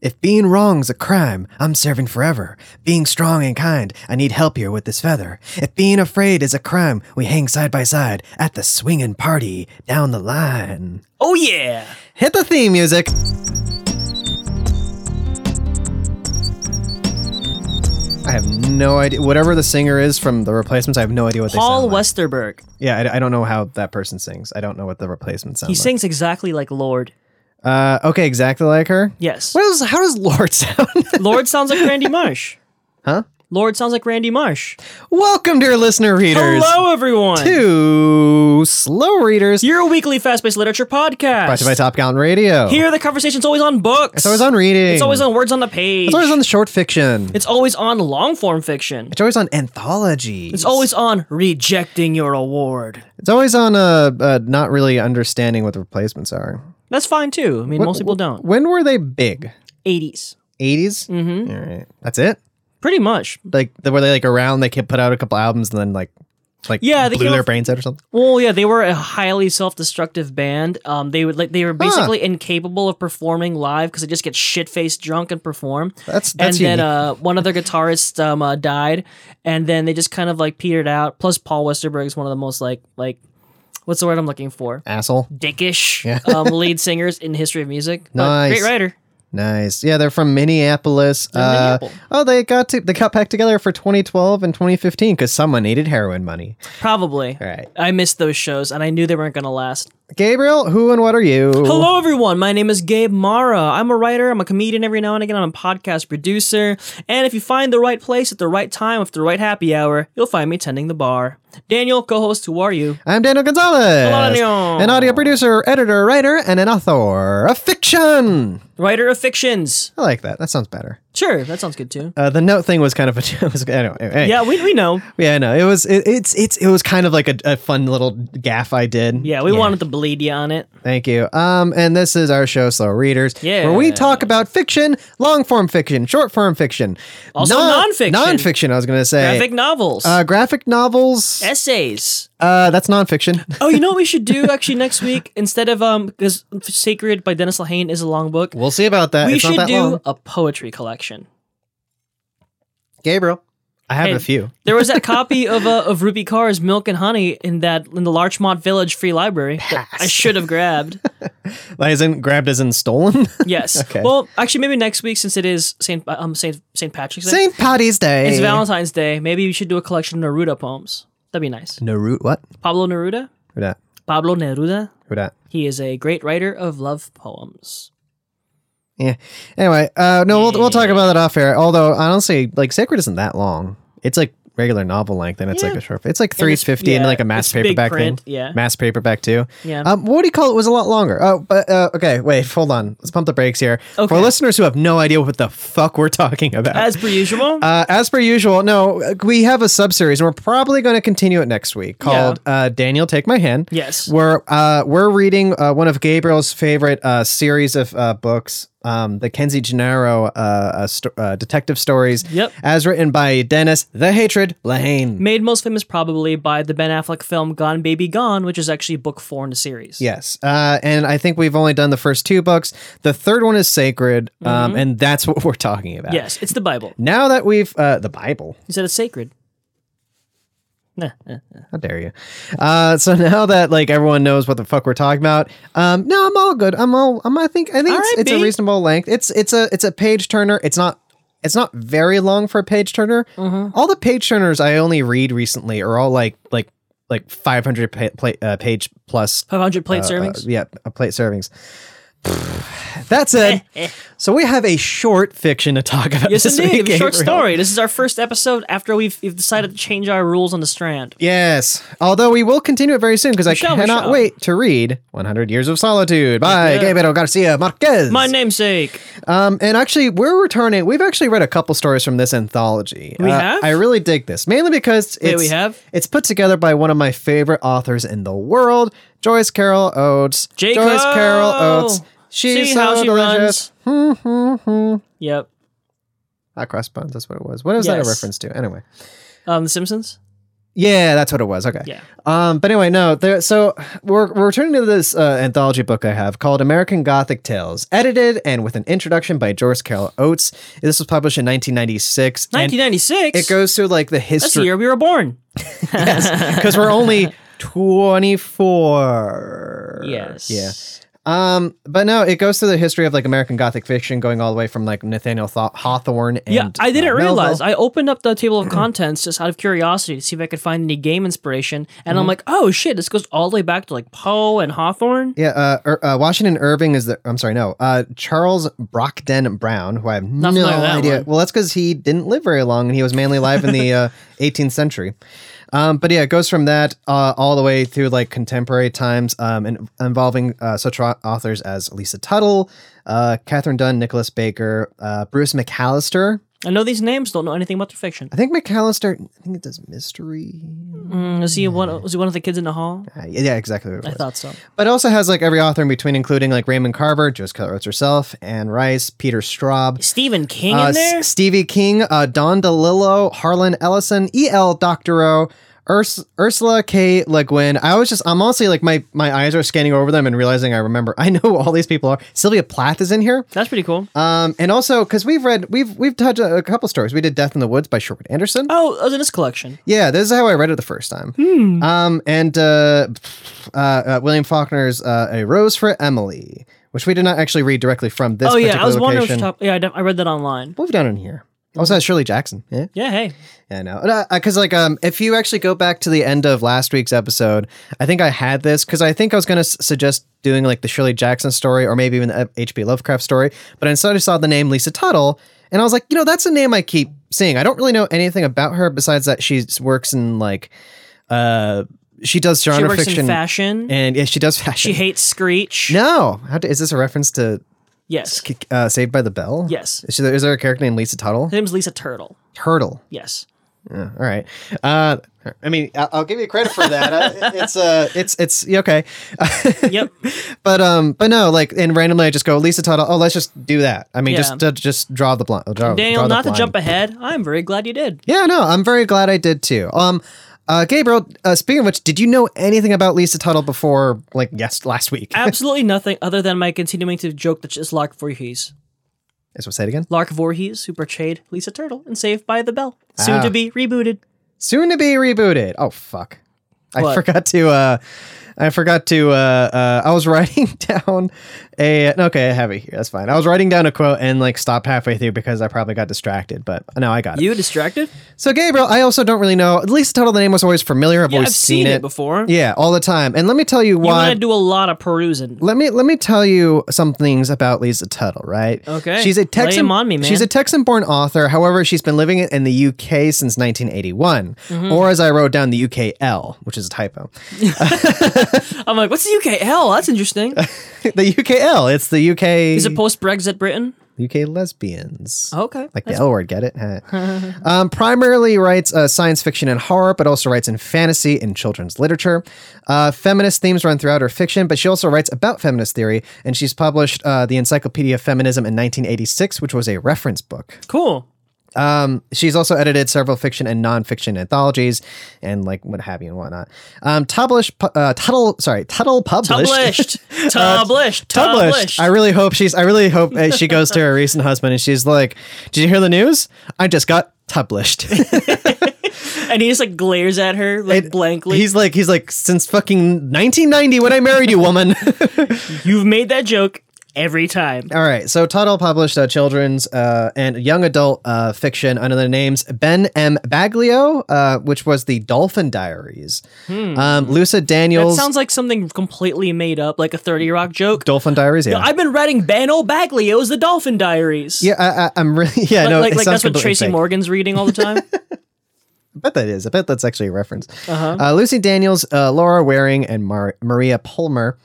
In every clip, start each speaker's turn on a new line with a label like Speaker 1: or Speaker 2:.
Speaker 1: If being wrong's a crime, I'm serving forever. Being strong and kind, I need help here with this feather. If being afraid is a crime, we hang side by side at the swinging party down the line.
Speaker 2: Oh yeah.
Speaker 1: Hit the theme music. I have no idea. Whatever the singer is from the replacements, I have no idea what they
Speaker 2: Paul
Speaker 1: sound like.
Speaker 2: Westerberg.
Speaker 1: Yeah, I, I don't know how that person sings. I don't know what the replacement sounds
Speaker 2: He sings exactly like Lord.
Speaker 1: like. Uh, okay, exactly like her.
Speaker 2: Yes.
Speaker 1: What is, how does Lord sound?
Speaker 2: Lord sounds like Randy Marsh.
Speaker 1: Huh?
Speaker 2: Lord sounds like Randy Marsh.
Speaker 1: Welcome, dear listener readers,
Speaker 2: Hello, everyone.
Speaker 1: to Slow Readers,
Speaker 2: Your weekly fast-paced literature podcast.
Speaker 1: brought to you by Top Count Radio.
Speaker 2: Here, the conversation's always on books.
Speaker 1: it's always on reading.
Speaker 2: It's always on words on the page.
Speaker 1: It's always on the short fiction. It's,
Speaker 2: It's always on long-form fiction.
Speaker 1: always on anthology.
Speaker 2: It's always on rejecting your award.
Speaker 1: it's always on uh, uh not really understanding what the replacements are.
Speaker 2: That's fine too. I mean, most people don't.
Speaker 1: When were they big?
Speaker 2: 80s.
Speaker 1: 80s.
Speaker 2: Mhm.
Speaker 1: All right, that's it.
Speaker 2: Pretty much.
Speaker 1: Like they- were they like around? They could put out a couple albums and then like like
Speaker 2: Yeah, they
Speaker 1: blew
Speaker 2: came
Speaker 1: their
Speaker 2: off-
Speaker 1: brains out or something.
Speaker 2: Well, yeah, they were a highly self-destructive band. Um, they would like they were basically incapable of performing live because they just get shit-faced drunk and perform.
Speaker 1: That's
Speaker 2: and
Speaker 1: that's
Speaker 2: then
Speaker 1: unique.
Speaker 2: uh, one of their guitarists um, uh, died, and then they just kind of like petered out. Plus, Paul Westerberg is one of the most like like what's the word I'm looking for?
Speaker 1: asshole.
Speaker 2: Dickish um, lead singers in the history of music. But
Speaker 1: Nice.
Speaker 2: great writer.
Speaker 1: Nice. Yeah, they're from Minneapolis. Uh,
Speaker 2: Minneapolis.
Speaker 1: Oh, they got to they got back together for 2012 and 2015 because someone needed heroin money.
Speaker 2: Probably.
Speaker 1: All right,
Speaker 2: I missed those shows, and I knew they weren't going to last.
Speaker 1: Gabriel, who and what are you?
Speaker 2: Hello, everyone. My name is Gabe Mara. I'm a writer. I'm a comedian every now and again. I'm a podcast producer. And if you find the right place at the right time with the right happy hour, you'll find me tending the bar. Daniel, co host, who are you?
Speaker 1: I'm Daniel Gonzalez,
Speaker 2: Hello, Daniel.
Speaker 1: an audio producer, editor, writer, and an author of fiction.
Speaker 2: Writer of fictions.
Speaker 1: I like that. That sounds better.
Speaker 2: Sure, that sounds good too.
Speaker 1: Uh, the note thing was kind of a was, anyway. anyway.
Speaker 2: Yeah, we, we know.
Speaker 1: Yeah, no, it was it, it's it's it was kind of like a, a fun little gaff I did.
Speaker 2: Yeah, we wanted to bleed you on it.
Speaker 1: Thank you. Um, and this is our show, Slow Readers,
Speaker 2: Yeah.
Speaker 1: where we talk about fiction, long form fiction, short form fiction,
Speaker 2: Also nonfiction.
Speaker 1: nonfiction. I was gonna say
Speaker 2: Graphic novels,
Speaker 1: uh, graphic novels.
Speaker 2: essays.
Speaker 1: Uh, that's nonfiction.
Speaker 2: Oh, you know what we should do actually next week instead of um because Sacred by Dennis Lehane is a long book.
Speaker 1: We'll see about that.
Speaker 2: We
Speaker 1: it's not
Speaker 2: should
Speaker 1: that
Speaker 2: do
Speaker 1: long.
Speaker 2: a poetry collection.
Speaker 1: Gabriel, I have
Speaker 2: Hey.
Speaker 1: a few.
Speaker 2: There was that copy of uh, of Ruby Carr's Milk and Honey in that in the Larchmont Village Free Library that I should have grabbed.
Speaker 1: Like, isn't grabbed as in stolen?
Speaker 2: Yes.
Speaker 1: Okay.
Speaker 2: Well, actually, maybe next week since it is Saint um Saint Saint Patrick's Day,
Speaker 1: St. Patty's Day.
Speaker 2: it's Valentine's Day. Maybe we should do a collection of Neruda poems. That'd be nice.
Speaker 1: Naruto. What?
Speaker 2: Pablo Neruda.
Speaker 1: Who that?
Speaker 2: Pablo Neruda.
Speaker 1: Who that?
Speaker 2: He is a great writer of love poems.
Speaker 1: Yeah. Anyway, uh, no, we'll, we'll talk about that off air. Although honestly, like Sacred isn't that long. It's like regular novel length, and it's like
Speaker 2: Yeah.
Speaker 1: a short. It's like three fifty and
Speaker 2: yeah,
Speaker 1: like a mass
Speaker 2: it's big
Speaker 1: paperback thing.
Speaker 2: print, yeah.
Speaker 1: Mass paperback too.
Speaker 2: Yeah.
Speaker 1: Um, what do you call it? Was a lot longer. Oh, but uh, okay. Wait, hold on. Let's pump the brakes here
Speaker 2: Okay.
Speaker 1: for listeners who have no idea what the fuck we're talking about.
Speaker 2: As per usual.
Speaker 1: Uh, as per usual, no, we have a sub series, and we're probably going to continue it next week called uh, "Daniel Take My Hand."
Speaker 2: Yes.
Speaker 1: we're uh, we're reading uh, one of Gabriel's favorite uh, series of uh, books, um, the Kenzie Gennaro uh, uh, sto- uh, detective stories,
Speaker 2: Yep.
Speaker 1: as written by Dennis the Hatred Lehane.
Speaker 2: Made most famous probably by the Ben Affleck film Gone Baby Gone, which is actually book four in the series.
Speaker 1: Yes, uh, and I think we've only done the first two books. The third one is sacred,
Speaker 2: Mm-hmm.
Speaker 1: um, and that's what we're talking about.
Speaker 2: Yes, it's the Bible.
Speaker 1: Now that we've uh, the Bible,
Speaker 2: You said it's sacred. Nah, nah, nah.
Speaker 1: How dare you? Uh, so now that like everyone knows what the fuck we're talking about, um, no, I'm all good. I'm all. I'm, I think. I think
Speaker 2: All
Speaker 1: it's,
Speaker 2: right,
Speaker 1: it's a
Speaker 2: B.
Speaker 1: reasonable length. It's it's a it's a page turner. It's not. It's not very long for a page turner.
Speaker 2: Mm-hmm.
Speaker 1: All the page turners I only read recently are all like like like 500 pa- pla- uh, page plus
Speaker 2: 500 plate servings?
Speaker 1: uh, yeah, a plate servings. That's it. so we have a short fiction to talk about.
Speaker 2: yes,
Speaker 1: this
Speaker 2: indeed.
Speaker 1: week,
Speaker 2: a short
Speaker 1: Gabriel.
Speaker 2: story. This is our first episode after we've, we've decided to change our rules on the strand.
Speaker 1: Yes. Although we will continue it very soon because I
Speaker 2: shall, we
Speaker 1: cannot
Speaker 2: shall.
Speaker 1: wait to read 100 Years of Solitude by Gabriel Garcia Marquez.
Speaker 2: My namesake.
Speaker 1: um, and actually, we're returning. We've actually read a couple stories from this anthology. Uh,
Speaker 2: We have?
Speaker 1: I really dig this, mainly because it's,
Speaker 2: we have?
Speaker 1: it's put together by one of my favorite authors in the world, Joyce Carol Oates.
Speaker 2: J.
Speaker 1: Joyce Carol
Speaker 2: Cole.
Speaker 1: Oates. She's
Speaker 2: See
Speaker 1: so
Speaker 2: how she
Speaker 1: delicious.
Speaker 2: runs.
Speaker 1: Hmm,
Speaker 2: yep.
Speaker 1: Not crossbones, that's what it was. What was that
Speaker 2: Yes.
Speaker 1: a reference to? Anyway.
Speaker 2: Um, the Simpsons?
Speaker 1: Yeah, that's what it was. Okay.
Speaker 2: Yeah.
Speaker 1: Um, but anyway, no. There, so we're, we're returning to this uh, anthology book I have called American Gothic Tales, edited and with an introduction by Joyce Carol Oates. This was published in 1996. and
Speaker 2: 1996.
Speaker 1: it goes through like the
Speaker 2: That's the
Speaker 1: history
Speaker 2: year we were born.
Speaker 1: because we're only 24.
Speaker 2: Yes.
Speaker 1: Yeah. Um, but no, it goes through the history of like American Gothic fiction, going all the way from like Nathaniel Thaw- Hawthorne. And,
Speaker 2: Yeah, I didn't
Speaker 1: uh, Melville.
Speaker 2: realize. I opened up the table of contents just out of curiosity to see if I could find any game inspiration, and
Speaker 1: Mm-hmm.
Speaker 2: I'm like, oh shit, this goes all the way back to like Poe and Hawthorne.
Speaker 1: Yeah, uh, Ir- uh, Washington Irving is the. I'm sorry, no. Uh, Charles Brockden Brown, who I have no
Speaker 2: familiar with that
Speaker 1: idea.
Speaker 2: one.
Speaker 1: Well, that's because he didn't live very long, and he was mainly alive in the uh, 18th century. Um, but yeah, it goes from that uh, all the way through like contemporary times, um, and involving uh, such au- authors as Lisa Tuttle, uh, Catherine Dunn, Nicholas Baker, uh, Bruce McAllister.
Speaker 2: I know these names, don't know anything about their fiction.
Speaker 1: I think McAllister. I think it does mystery.
Speaker 2: Mm, is he one? Was he one of the kids in the hall?
Speaker 1: Uh, yeah, exactly. What it
Speaker 2: I
Speaker 1: was.
Speaker 2: thought so.
Speaker 1: But it also has like every author in between, including like Raymond Carver, Joyce Keller Oates herself, Anne Rice, Peter Straub,
Speaker 2: Stephen King
Speaker 1: uh,
Speaker 2: in there.
Speaker 1: S- Stevie King, uh, Don DeLillo, Harlan Ellison, E.L. Doctorow, Urs- Ursula K. Le Guin. I was just, I'm honestly like my my eyes are scanning over them and realizing I remember. I know who all these people are. Sylvia Plath is in here.
Speaker 2: That's pretty cool.
Speaker 1: Um, and also because we've read we've we've touched a, a couple stories. We did Death in the Woods by Sherwood Anderson.
Speaker 2: Oh, it was in his collection.
Speaker 1: Yeah, this is how I read it the first time.
Speaker 2: Hmm.
Speaker 1: Um, and uh, uh, uh, William Faulkner's uh, "A Rose for Emily," which we did not actually read directly from this.
Speaker 2: Oh yeah, I
Speaker 1: particular
Speaker 2: was wondering. Which
Speaker 1: location.
Speaker 2: top, yeah, I, def- I read that online.
Speaker 1: What we've done in here. Also, has Shirley Jackson. Yeah,
Speaker 2: Yeah, hey,
Speaker 1: yeah, I know. Because like, um, if you actually go back to the end of last week's episode, I think I had this because I think I was going to s- suggest doing like the Shirley Jackson story or maybe even the H.P. Lovecraft story, but instead I saw the name Lisa Tuttle, and I was like, you know, that's a name I keep seeing. I don't really know anything about her besides that she s- works in like, uh, she does genre
Speaker 2: she works
Speaker 1: fiction
Speaker 2: in fashion.
Speaker 1: and yeah, she does fashion.
Speaker 2: she hates Screech.
Speaker 1: no, How d- is this a reference to
Speaker 2: Yes.
Speaker 1: uh, Saved by the Bell?
Speaker 2: Yes.
Speaker 1: Is there, is there a character named Lisa Tuttle?
Speaker 2: Her name's Lisa Turtle.
Speaker 1: Turtle.
Speaker 2: Yes.
Speaker 1: Yeah, all right. Uh, I mean, I'll, I'll give you credit for that. Uh, it's uh, it's it's yeah, okay,
Speaker 2: Yep.
Speaker 1: but um, but no, like, and randomly I just go Lisa Tuttle. Oh, let's just do that. I mean,
Speaker 2: Yeah.
Speaker 1: just to, just draw the blind. Draw,
Speaker 2: Daniel,
Speaker 1: draw the
Speaker 2: not to
Speaker 1: blind.
Speaker 2: jump ahead, I'm very glad you did.
Speaker 1: Yeah, no, I'm very glad I did too. Um, uh, Gabriel, uh, speaking of which, did you know anything about Lisa Tuttle before like yes last week?
Speaker 2: Absolutely nothing other than my continuing to joke that it's Lark Voorhees.
Speaker 1: Is what say it again?
Speaker 2: Lark Voorhees, who portrayed Lisa Turtle in Saved by the Bell, soon
Speaker 1: Ah.
Speaker 2: to be rebooted.
Speaker 1: Soon to be rebooted. Oh fuck, I
Speaker 2: What?
Speaker 1: forgot to. uh I forgot to. Uh, uh, I was writing down a. Okay, I have it here. That's fine. I was writing down a quote and like stopped halfway through because I probably got distracted. But no, I got it.
Speaker 2: You distracted?
Speaker 1: So Gabriel, I also don't really know. At least the title of the name was always familiar. I've
Speaker 2: Yeah,
Speaker 1: always
Speaker 2: I've seen it before.
Speaker 1: Yeah, all the time. And let me tell you
Speaker 2: You
Speaker 1: why.
Speaker 2: want to do a lot of perusing.
Speaker 1: Let me let me tell you some things about Lisa Tuttle, right?
Speaker 2: Okay.
Speaker 1: She's a
Speaker 2: Lay 'em
Speaker 1: Texan
Speaker 2: on me, man.
Speaker 1: She's a Texan-born author. However, she's been living in the UK since 1981,
Speaker 2: Mm-hmm.
Speaker 1: or as I wrote down, the UKL, which is a typo.
Speaker 2: I'm like, what's the UKL? That's interesting.
Speaker 1: the UKL. It's the UK
Speaker 2: Is it post Brexit Britain?
Speaker 1: UK lesbians.
Speaker 2: Okay.
Speaker 1: Like the L word, get it? Huh. um, primarily writes uh, science fiction and horror, but also writes in fantasy and children's literature. Uh, feminist themes run throughout her fiction, but she also writes about feminist theory, and she's published uh, the Encyclopedia of Feminism in 1986, which was a reference book.
Speaker 2: Cool.
Speaker 1: Um, she's also edited several fiction and nonfiction anthologies, and like what have you and whatnot. Um, Tublish, pu- uh, Tuttle, sorry, Tuttle published. Uh,
Speaker 2: Published. Published.
Speaker 1: Published.
Speaker 2: Published.
Speaker 1: I really hope she's. I really hope uh, she goes to her recent husband and she's like, "Did you hear the news? I just got published."
Speaker 2: And he just like glares at her like blankly.
Speaker 1: he's like, he's like, since fucking 1990 when I married you, woman.
Speaker 2: You've made that joke every time.
Speaker 1: All right. So Tuttle published uh, children's uh, and young adult uh, fiction under the names Ben M. Baglio, uh, which was the Dolphin Diaries, um, Lusa
Speaker 2: Hmm. That
Speaker 1: Daniels,
Speaker 2: sounds like something completely made up, like a 30 Rock joke.
Speaker 1: Dolphin Diaries. Yeah.
Speaker 2: I've been reading Ben O'Baglio's The Dolphin Diaries.
Speaker 1: yeah, I, I, I'm really yeah.
Speaker 2: Like,
Speaker 1: no,
Speaker 2: like,
Speaker 1: it
Speaker 2: like
Speaker 1: sounds
Speaker 2: that's what
Speaker 1: completely
Speaker 2: Tracy
Speaker 1: fake.
Speaker 2: Morgan's reading all the time.
Speaker 1: I bet that is. I bet that's actually a reference. Uh-huh. Lucy Daniels, uh, Laura Waring, and Mar- Maria Palmer.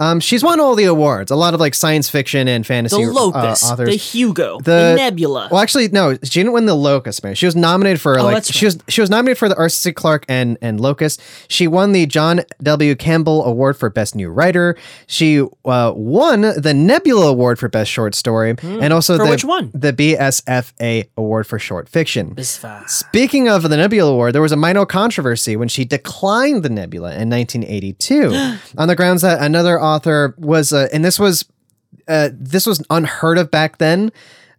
Speaker 1: Um, she's won all the awards. A lot of like science fiction and
Speaker 2: the
Speaker 1: fantasy
Speaker 2: Locust,
Speaker 1: uh, authors.
Speaker 2: the Hugo, the,
Speaker 1: The-
Speaker 2: Nebula. Oh,
Speaker 1: well, actually, no, she didn't win the Locust, man. She was nominated for like
Speaker 2: that's
Speaker 1: she was she was nominated for the Arthur C. Clarke and and Locust. She won the John W. Campbell Award for Best New Writer. She uh, won the Nebula Award for Best Short Story, and also
Speaker 2: Hmm. For
Speaker 1: the
Speaker 2: which one?
Speaker 1: the BSFA Award for Short Fiction.
Speaker 2: Bisphar.
Speaker 1: Speaking of the Nebula Nebula Award, there was a minor controversy when she declined the Nebula in 1982 on the grounds that another author was, uh, and this was uh, this was unheard of back then.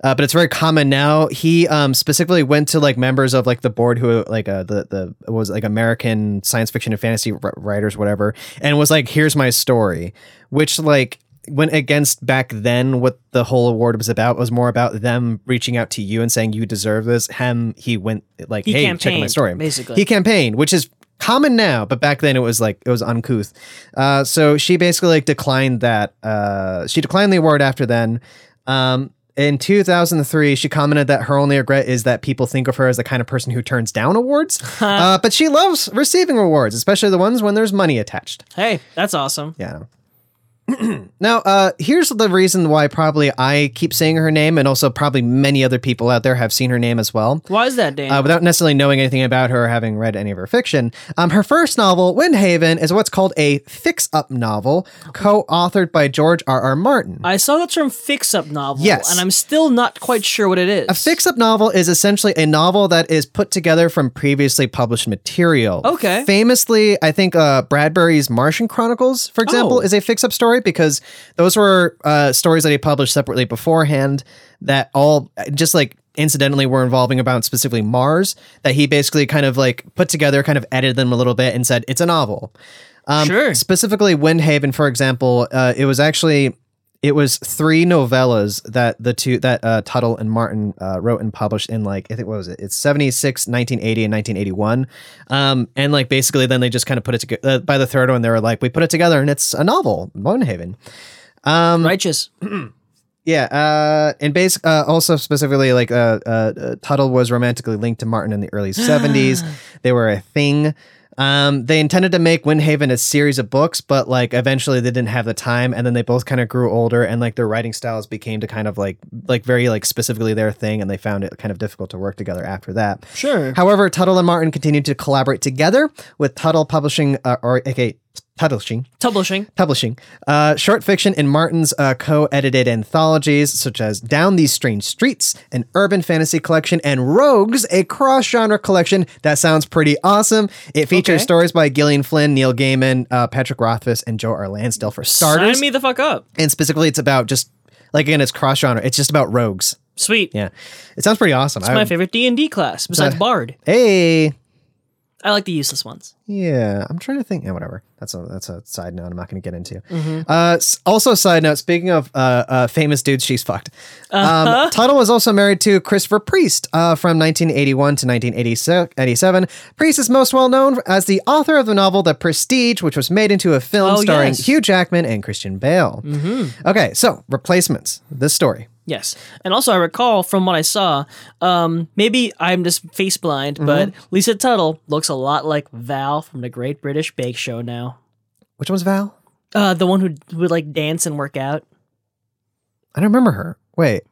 Speaker 1: Uh, but it's very common now. He um, specifically went to like members of like the board who like uh, the the what was it, like American science fiction and fantasy r- writers whatever, and was like, "Here's my story," which like went against back then what the whole award was about. It was more about them reaching out to you and saying you deserve this. Him, he went like,
Speaker 2: He
Speaker 1: "Hey, check out my
Speaker 2: campaigned,
Speaker 1: story."
Speaker 2: basically.
Speaker 1: he campaigned, which is common now, but back then it was like it was uncouth. Uh, so she basically like declined that. Uh, she declined the award after then. Um, in 2003, she commented that her only regret is that people think of her as the kind of person who turns down awards. uh, but she loves receiving awards, especially the ones when there's money attached.
Speaker 2: Hey, that's awesome.
Speaker 1: Yeah. now, uh, here's the reason why probably I keep saying her name, and also probably many other people out there have seen her name as well
Speaker 2: Why is that, Dan?
Speaker 1: uh, without necessarily knowing anything about her or having read any of her fiction. Um, her first novel, Windhaven, is what's called a fix-up novel, co-authored by George R. R. Martin.
Speaker 2: I saw the term fix up novel,
Speaker 1: Yes.
Speaker 2: and I'm still not quite sure what it is.
Speaker 1: a fix-up novel is essentially a novel that is put together from previously published material.
Speaker 2: Okay.
Speaker 1: Famously, I think uh, Bradbury's Martian Chronicles, for example,
Speaker 2: Oh.
Speaker 1: is a fix-up story because those were uh, stories that he published separately beforehand that all just like incidentally were involving about specifically Mars that he basically kind of like put together, kind of edited them a little bit and said it's a novel. Um,
Speaker 2: Sure.
Speaker 1: Specifically, Windhaven, for example, uh, it was actually it was three novellas that the two that uh, Tuttle and Martin uh, wrote and published in like I think what was it? It's 76, 1980, and 1981. Um, and like basically, then they just kind of put it together. Uh, by the third one, they were like, we put it together, and it's a novel, Windhaven.
Speaker 2: Righteous.
Speaker 1: Yeah, uh, and basic uh, also specifically like uh, uh, uh, Tuttle was romantically linked to Martin in the early '70s. they were a thing. Um, they intended to make Windhaven a series of books, but like eventually they didn't have the time, and then they both kind of grew older, and like their writing styles became to kind of like like very like specifically their thing, and they found it kind of difficult to work together after that.
Speaker 2: Sure.
Speaker 1: However, Tuttle and Martin continued to collaborate together, with Tuttle publishing uh, or okay, Tuttleshing
Speaker 2: Publishing.
Speaker 1: Publishing. Uh, short fiction in Martin's uh, co edited anthologies, such as Down These Strange Streets, an urban fantasy collection, and Rogues, a cross genre collection. That sounds pretty awesome. It features
Speaker 2: Okay.
Speaker 1: stories by Gillian Flynn, Neil Gaiman, uh, Patrick Rothfuss, and Joe R. Lansdale for starters.
Speaker 2: Sign me the fuck up.
Speaker 1: and specifically, it's about just, like, again, it's cross genre. It's just about rogues.
Speaker 2: Sweet.
Speaker 1: Yeah. Uh, It sounds pretty awesome. I-
Speaker 2: My favorite D and D class besides Bard.
Speaker 1: hey.
Speaker 2: I like the useless ones.
Speaker 1: Yeah, I'm trying to think. Yeah, whatever. That's a that's a side note. I'm not going to get into.
Speaker 2: Mm-hmm.
Speaker 1: Uh, s- also, side note. Speaking of uh, uh, famous dudes, she's fucked.
Speaker 2: Uh-huh.
Speaker 1: Um, Tuttle was also married to Christopher Priest uh, from 1981 to 1987. Priest is most well known as the author of the novel The Prestige, which was made into a film
Speaker 2: Oh,
Speaker 1: starring
Speaker 2: yes. Mm-hmm.
Speaker 1: Hugh Jackman and Christian Bale. Okay, so replacements. This story.
Speaker 2: Yes, and also I recall from what I saw, um, maybe I'm just face blind,
Speaker 1: Mm-hmm.
Speaker 2: but Lisa Tuttle looks a lot like Val from the Great British Bake Show now.
Speaker 1: Which one's Val?
Speaker 2: Uh, the one who would like dance and work out.
Speaker 1: I don't remember her. Wait.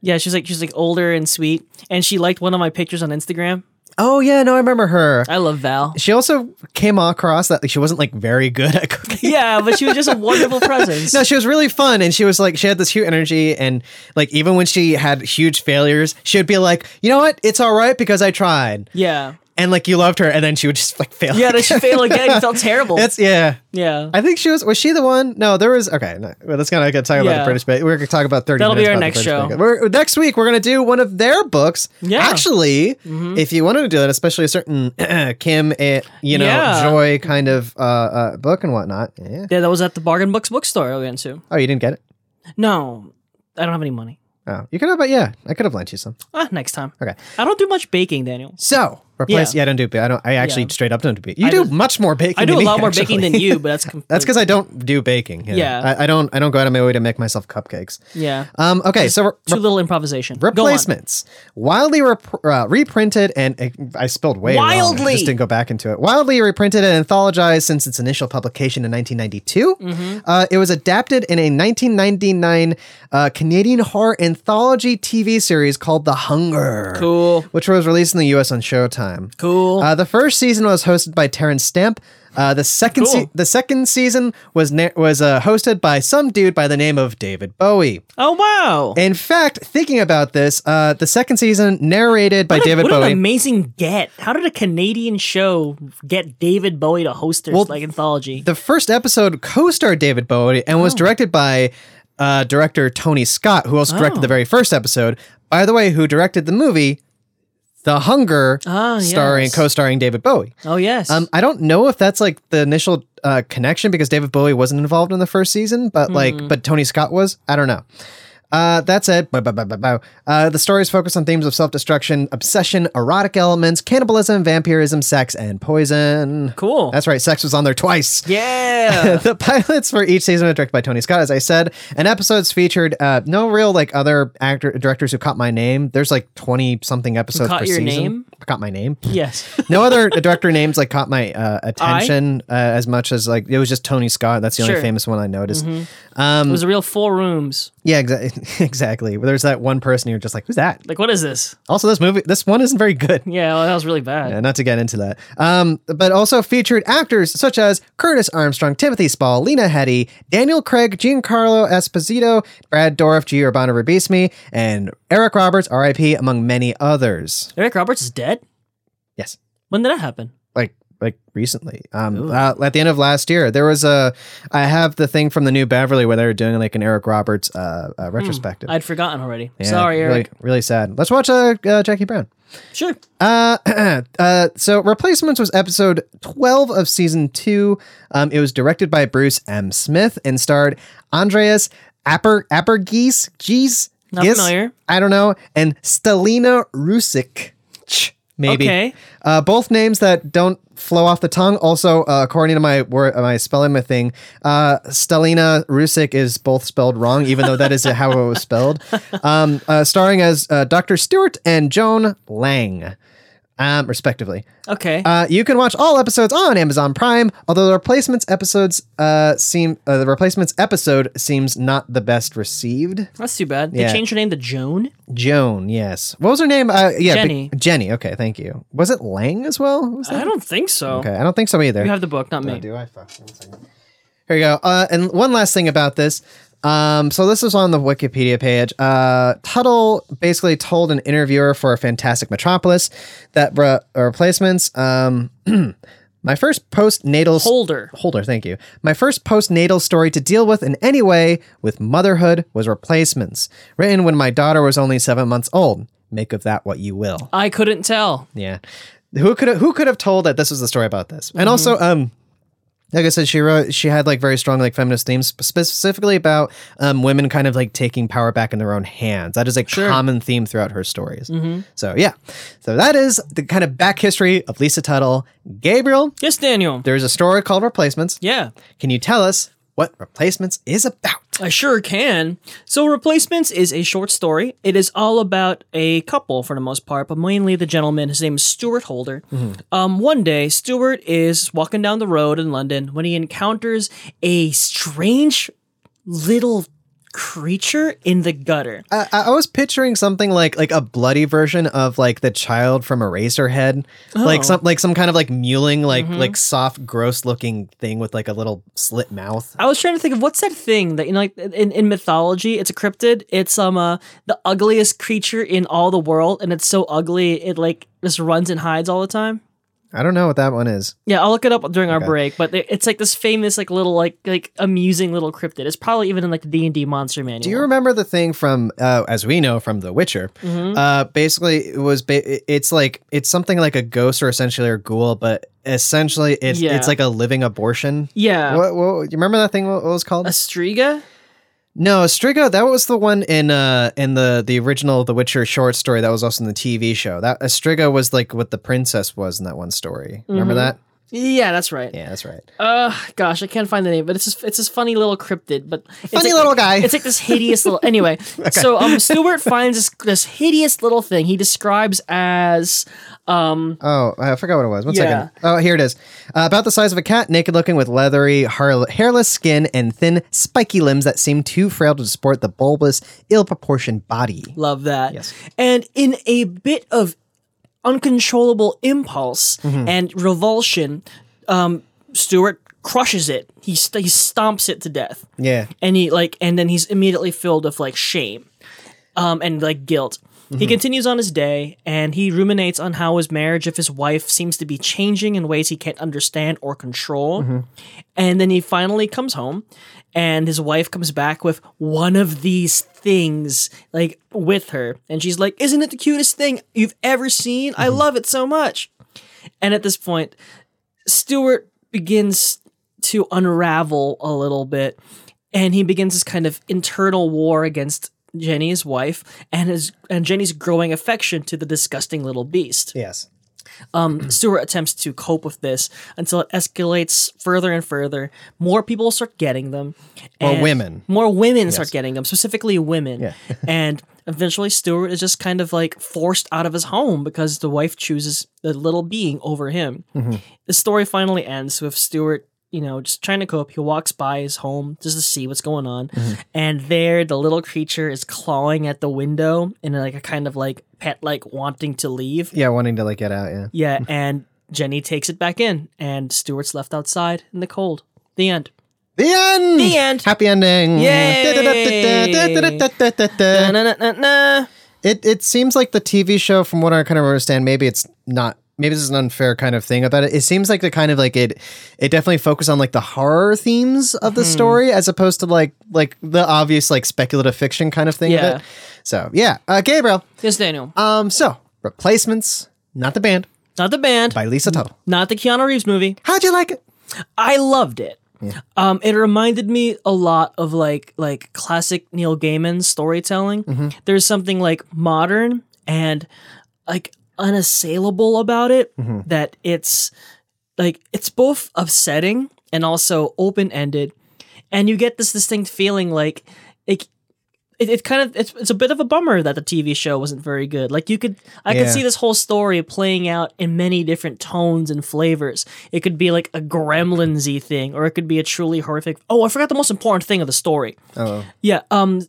Speaker 2: Yeah, she's like she's like older and sweet, and she liked one of my pictures on Instagram.
Speaker 1: Oh yeah, no, I remember her.
Speaker 2: I love Val.
Speaker 1: She also came across that like, she wasn't like very good at cooking.
Speaker 2: yeah, but she was just a wonderful presence.
Speaker 1: No, she was really fun, and she was like, she had this huge energy, and like even when she had huge failures, she would be like, you know what, it's all right because I tried,
Speaker 2: yeah,
Speaker 1: and like you loved her, and then she would just like fail.
Speaker 2: yeah, then she failed again. It felt terrible.
Speaker 1: That's yeah.
Speaker 2: yeah,
Speaker 1: I think she was. Was she the one? No, there was. Okay, no, well, that's kind of gonna talk about
Speaker 2: Yeah.
Speaker 1: the British. Bake. We're gonna talk about thirty.
Speaker 2: That'll be
Speaker 1: minutes
Speaker 2: our
Speaker 1: about the British
Speaker 2: next show.
Speaker 1: Bake. We're, next week, we're gonna do one of their books.
Speaker 2: Yeah. Mm-hmm.
Speaker 1: Actually, if you wanted to do that, especially a certain Kim, eh, you know,
Speaker 2: Yeah.
Speaker 1: Joy kind of uh, uh, book and whatnot. Yeah.
Speaker 2: yeah, that was at the Bargain Books bookstore I went to.
Speaker 1: Oh, you didn't get it.
Speaker 2: No, I don't have any money.
Speaker 1: Oh, you could have, but yeah, I could have lent you some.
Speaker 2: Ah, next time.
Speaker 1: Okay.
Speaker 2: I don't do much baking, Daniel.
Speaker 1: So replace. Yeah, I don't do. ba- I don't. I actually
Speaker 2: Yeah.
Speaker 1: straight up don't do baking. You
Speaker 2: I
Speaker 1: do
Speaker 2: do-
Speaker 1: much more baking.
Speaker 2: I do
Speaker 1: than
Speaker 2: a
Speaker 1: me,
Speaker 2: lot more
Speaker 1: actually.
Speaker 2: baking than you, but that's complete,
Speaker 1: That's because I don't do baking. Yeah,
Speaker 2: Yeah.
Speaker 1: I, I don't. I don't go out of my way to make myself cupcakes.
Speaker 2: yeah,
Speaker 1: Um. Okay. So re-
Speaker 2: too little improvisation. Go on.
Speaker 1: replacements wildly rep- uh, reprinted and uh, I spelled way wrong.
Speaker 2: Wildly!
Speaker 1: I just didn't go back into it. Wildly reprinted and anthologized since its initial publication in 1992.
Speaker 2: Mm-hmm.
Speaker 1: Uh, it was adapted in a 1999 uh, Canadian horror anthology TV series called The Hunger.
Speaker 2: Cool.
Speaker 1: Which was released in the US on Showtime. time.
Speaker 2: Cool.
Speaker 1: Uh, the first season was hosted by Terrence Stamp. Uh, the second
Speaker 2: Cool.
Speaker 1: se- the second season was na- was uh, hosted by some dude by the name of David Bowie.
Speaker 2: oh wow.
Speaker 1: In fact, thinking about this, uh, the second season narrated by
Speaker 2: What a-
Speaker 1: David
Speaker 2: what
Speaker 1: Bowie.
Speaker 2: an amazing get! How did a Canadian show get David Bowie to host their
Speaker 1: Well,
Speaker 2: like anthology?
Speaker 1: the first episode co-starred David Bowie and
Speaker 2: Oh.
Speaker 1: was directed by uh, director Tony Scott, who also directed
Speaker 2: Oh.
Speaker 1: the very first episode. By the way, who directed the movie The Hunger,
Speaker 2: Ah,
Speaker 1: starring
Speaker 2: yes.
Speaker 1: co-starring David Bowie.
Speaker 2: oh yes.
Speaker 1: Um, I don't know if that's like the initial uh, connection because David Bowie wasn't involved in the first season,
Speaker 2: Hmm.
Speaker 1: but like, but Tony Scott was. I don't know. Uh, that's it. Bow, bow, bow, bow, bow. Uh, the story is focused on themes of self-destruction, obsession, erotic elements, cannibalism, vampirism, sex, and poison.
Speaker 2: cool.
Speaker 1: That's right. Sex was on there twice.
Speaker 2: yeah.
Speaker 1: the pilots for each season were directed by Tony Scott, as I said, and episodes featured uh, no real like other actor directors who caught my name. There's like twenty something episodes
Speaker 2: caught
Speaker 1: per
Speaker 2: your
Speaker 1: season.
Speaker 2: name?
Speaker 1: Caught my name.
Speaker 2: yes.
Speaker 1: No other director names like caught my uh, attention uh, as much as like it was just Tony Scott. That's the
Speaker 2: Sure.
Speaker 1: only famous one I noticed. um,
Speaker 2: It was a real four rooms.
Speaker 1: Yeah, exa- exactly. There's that one person you're just like, who's that?
Speaker 2: Like what is this?
Speaker 1: Also, this movie, this one isn't very good.
Speaker 2: Yeah, well, that was really bad.
Speaker 1: Yeah, not to get into that. Um, but also featured actors such as Curtis Armstrong, Timothy Spall, Lena Headey, Daniel Craig, Giancarlo Esposito, Brad Dorff, G. Urbano Ribismi, and Eric Roberts, R.I.P., among many others.
Speaker 2: Eric Roberts is dead.
Speaker 1: Yes,
Speaker 2: When did that happen?
Speaker 1: like like recently. Um, uh, at the end of last year, there was a. I have the thing from the New Beverly where they were doing like an Eric Roberts uh, uh retrospective.
Speaker 2: I'd forgotten already.
Speaker 1: Yeah,
Speaker 2: Hmm. Sorry,
Speaker 1: really,
Speaker 2: Eric.
Speaker 1: Really sad. Let's watch uh, uh, Jackie Brown.
Speaker 2: Sure.
Speaker 1: Uh, uh, so replacements was episode 12 of season 2 um, it was directed by bruce m smith and starred andreas Apper, appergees geese
Speaker 2: Not familiar.
Speaker 1: i don't know and stelina rusick Ch, maybe
Speaker 2: Okay.
Speaker 1: uh, both names that don't flow off the tongue also uh, according to my word my spelling my thing uh, stelina rusick is both spelled wrong even though that is how it was spelled um, uh, starring as uh, dr stewart and joan lang um, respectively.
Speaker 2: Okay.
Speaker 1: Uh, you can watch all episodes on Amazon Prime, although the replacements episodes uh, seem uh, the replacements episode seems not the best received.
Speaker 2: That's too bad.
Speaker 1: yeah.
Speaker 2: They changed her name to Joan.
Speaker 1: Joan, yes, what was her name? Uh, yeah, Be-
Speaker 2: Jenny.
Speaker 1: Jenny. Okay, thank you. Was it Lang as well? Was that?
Speaker 2: I don't think so.
Speaker 1: Okay, I don't think so either.
Speaker 2: You have the book, not me.
Speaker 1: Do I fuck? One second. Here we go. Uh, and one last thing about this. Um, so this is on the Wikipedia page. Uh, Tuttle basically told an interviewer for Fantastic Metropolis that re- uh, replacements. Um, my first postnatal
Speaker 2: Holder.
Speaker 1: Holder, thank you. My first postnatal story to deal with in any way with motherhood was replacements, written when my daughter was only seven months old. Make of that what you will.
Speaker 2: I couldn't tell.
Speaker 1: Yeah. Who could who could have told that this was the story about this? And also, um, like I said, she wrote she had like very strong like feminist themes sp- specifically about um women kind of like taking power back in their own hands. That is a common theme throughout her stories. So yeah, so that is the kind of back history of Lisa Tuttle, Gabriel.
Speaker 2: Yes, Daniel.
Speaker 1: There is a story called Replacements.
Speaker 2: Yeah.
Speaker 1: Can you tell us what Replacements is about?
Speaker 2: I sure can. So, Replacements is a short story. It is all about a couple for the most part, but mainly the gentleman. His name is Stuart Holder.
Speaker 1: Mm-hmm.
Speaker 2: Um, one day, Stuart is walking down the road in London when he encounters a strange little creature in the gutter.
Speaker 1: I, I I was picturing something like like a bloody version of like the child from Eraserhead, like
Speaker 2: Oh.
Speaker 1: some like some kind of like mewling like
Speaker 2: Mm-hmm.
Speaker 1: like soft gross looking thing with like a little slit mouth.
Speaker 2: I was trying to think of what's that thing that you know, like in, in mythology, it's a cryptid. It's um uh, the ugliest creature in all the world, and it's so ugly it like just runs and hides all the time.
Speaker 1: I don't know what that one is.
Speaker 2: Yeah, I'll look it up during our break. But it- it's like this famous, like little, like like amusing little cryptid. It's probably even in like the D and D monster manual.
Speaker 1: Do you remember the thing from uh, as we know from The Witcher?
Speaker 2: Mm-hmm. Hmm?
Speaker 1: Uh, basically, it was ba- it- it's like it's something like a ghost or essentially a ghoul, but essentially it's
Speaker 2: Yeah.
Speaker 1: it's like a living abortion.
Speaker 2: yeah,
Speaker 1: What, what, you remember that thing? What, what it was called?
Speaker 2: Astriga.
Speaker 1: No, Striga, that was the one in uh in the the original The Witcher short story that was also in the TV show. That Striga was like what the princess was in that one story. Remember that?
Speaker 2: Yeah, that's right.
Speaker 1: Yeah, that's right.
Speaker 2: Mm-hmm. Uh, gosh, I can't find the name, but it's just, it's this funny little cryptid. But it's
Speaker 1: Funny
Speaker 2: like-
Speaker 1: little guy.
Speaker 2: It's like this hideous little. Anyway, so um, Stewart finds this this hideous little thing. He describes as um
Speaker 1: Oh, I forgot what it was. One second.
Speaker 2: Yeah.
Speaker 1: Oh, here it is. Uh, about the size of a cat, naked looking with leathery, har- hairless skin and thin, spiky limbs that seem too frail to support the bulbous, ill proportioned body.
Speaker 2: Love that.
Speaker 1: Yes.
Speaker 2: And in a bit of uncontrollable impulse
Speaker 1: Mm-hmm.
Speaker 2: and revulsion, um, Stuart crushes it. He st- he stomps it to death,
Speaker 1: Yeah.
Speaker 2: and he like, and then he's immediately filled with like shame, um, and like guilt. He continues on his day, and he ruminates on how his marriage of his wife seems to be changing in ways he can't understand or control. And then he finally comes home, and his wife comes back with one of these things, like with her. And she's like, Isn't it the cutest thing you've ever seen? I love it so much. And at this point, Stuart begins to unravel a little bit, and he begins this kind of internal war against Jenny's wife and his and Jenny's growing affection to the disgusting little beast.
Speaker 1: Yes.
Speaker 2: Um, Stuart attempts to cope with this until it escalates further and further. More people start getting them.
Speaker 1: Or
Speaker 2: and-
Speaker 1: women.
Speaker 2: More women start getting them, specifically women.
Speaker 1: Yeah.
Speaker 2: and eventually, Stuart is just kind of like forced out of his home because the wife chooses the little being over him.
Speaker 1: Mm-hmm.
Speaker 2: The story finally ends with Stuart, you know, just trying to cope. He walks by his home just to see what's going on.
Speaker 1: Mm-hmm.
Speaker 2: And there, the little creature is clawing at the window in like a kind of like pet, like wanting to leave.
Speaker 1: Yeah, wanting to like get out. Yeah.
Speaker 2: Yeah, and Jenny takes it back in, and Stuart's left outside in the cold. The end.
Speaker 1: The end.
Speaker 2: The end.
Speaker 1: Happy ending.
Speaker 2: Yay.
Speaker 1: Da-da-da-da-da-da-da-da-da.
Speaker 2: Na, na, na, na, na.
Speaker 1: It it seems like the TV show, from what I kind of understand, maybe it's not. Maybe this is an unfair kind of thing about it. It seems like the kind of like it, it definitely focused on like the horror themes of
Speaker 2: Hmm.
Speaker 1: the story as opposed to like like the obvious like speculative fiction kind of thing.
Speaker 2: Yeah.
Speaker 1: Of it. So yeah, uh, Gabriel.
Speaker 2: Yes, Daniel.
Speaker 1: Um, so replacements, not the band
Speaker 2: Not the band,
Speaker 1: by Lisa Tuttle.
Speaker 2: not the Keanu Reeves movie.
Speaker 1: How'd you like it?
Speaker 2: I loved it. Um, it reminded me a lot of like like classic Neil Gaiman storytelling. There's something like modern and like unassailable about it that it's like it's both upsetting and also open ended, and you get this distinct feeling like it. It, it kind of it's, it's a bit of a bummer that the TV show wasn't very good. Like you could I could
Speaker 1: Yeah.
Speaker 2: see this whole story playing out in many different tones and flavors. It could be like a gremlinsy thing, or it could be a truly horrific. Oh, I forgot the most important thing of the story.
Speaker 1: Oh,
Speaker 2: Yeah. Um,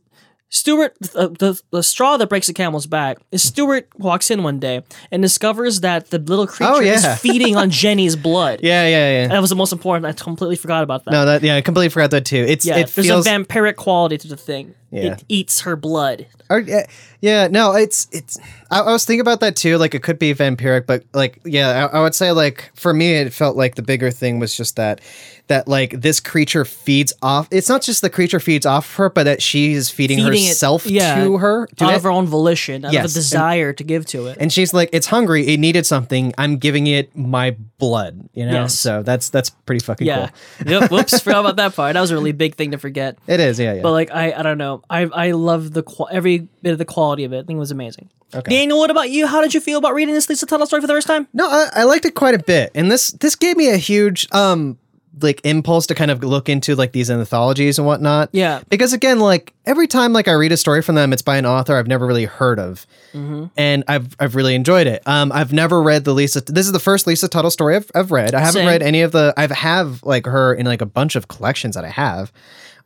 Speaker 2: Stuart, the, the the straw that breaks the camel's back is Stuart walks in one day and discovers that the little creature
Speaker 1: Oh, yeah.
Speaker 2: is feeding on Jenny's blood.
Speaker 1: yeah, yeah, yeah.
Speaker 2: That was the most important. I completely forgot about that.
Speaker 1: No, that yeah, I completely forgot that too. It's
Speaker 2: yeah,
Speaker 1: it
Speaker 2: there's
Speaker 1: feels
Speaker 2: a vampiric quality to the thing.
Speaker 1: Yeah.
Speaker 2: It eats her blood.
Speaker 1: Or, yeah, uh, yeah, no, it's it's. I, I was thinking about that too. Like it could be vampiric, but like yeah, I, I would say like for me, it felt like the bigger thing was just that that like this creature feeds off. It's not just the creature feeds off her, but that she is feeding,
Speaker 2: Feeding it-
Speaker 1: herself
Speaker 2: yeah,
Speaker 1: to her, to
Speaker 2: out
Speaker 1: it.
Speaker 2: of her own volition, out
Speaker 1: Yes,
Speaker 2: of a
Speaker 1: and-
Speaker 2: desire to give to it.
Speaker 1: and she's like, it's hungry. It needed something. I'm giving it my blood. You know,
Speaker 2: Yes.
Speaker 1: so that's that's pretty fucking
Speaker 2: yeah.
Speaker 1: cool.
Speaker 2: Yep, whoops, forgot about that part. That was a really big thing to forget.
Speaker 1: It is. Yeah, yeah.
Speaker 2: But like I, I don't know. I I love the qu- every bit of the quality of it. I think it was amazing.
Speaker 1: Okay.
Speaker 2: Daniel, what about you? How did you feel about reading this Lisa Tuttle story for the first time?
Speaker 1: No, I, I liked it quite a bit, and this this gave me a huge um like impulse to kind of look into like these anthologies and whatnot.
Speaker 2: Yeah.
Speaker 1: because again, like every time like I read a story from them, it's by an author I've never really heard of,
Speaker 2: Mm-hmm.
Speaker 1: and I've I've really enjoyed it. Um, I've never read the Lisa. This is the first Lisa Tuttle story I've, I've read. I haven't
Speaker 2: Same.
Speaker 1: read any of the. I've have like her in like a bunch of collections that I have,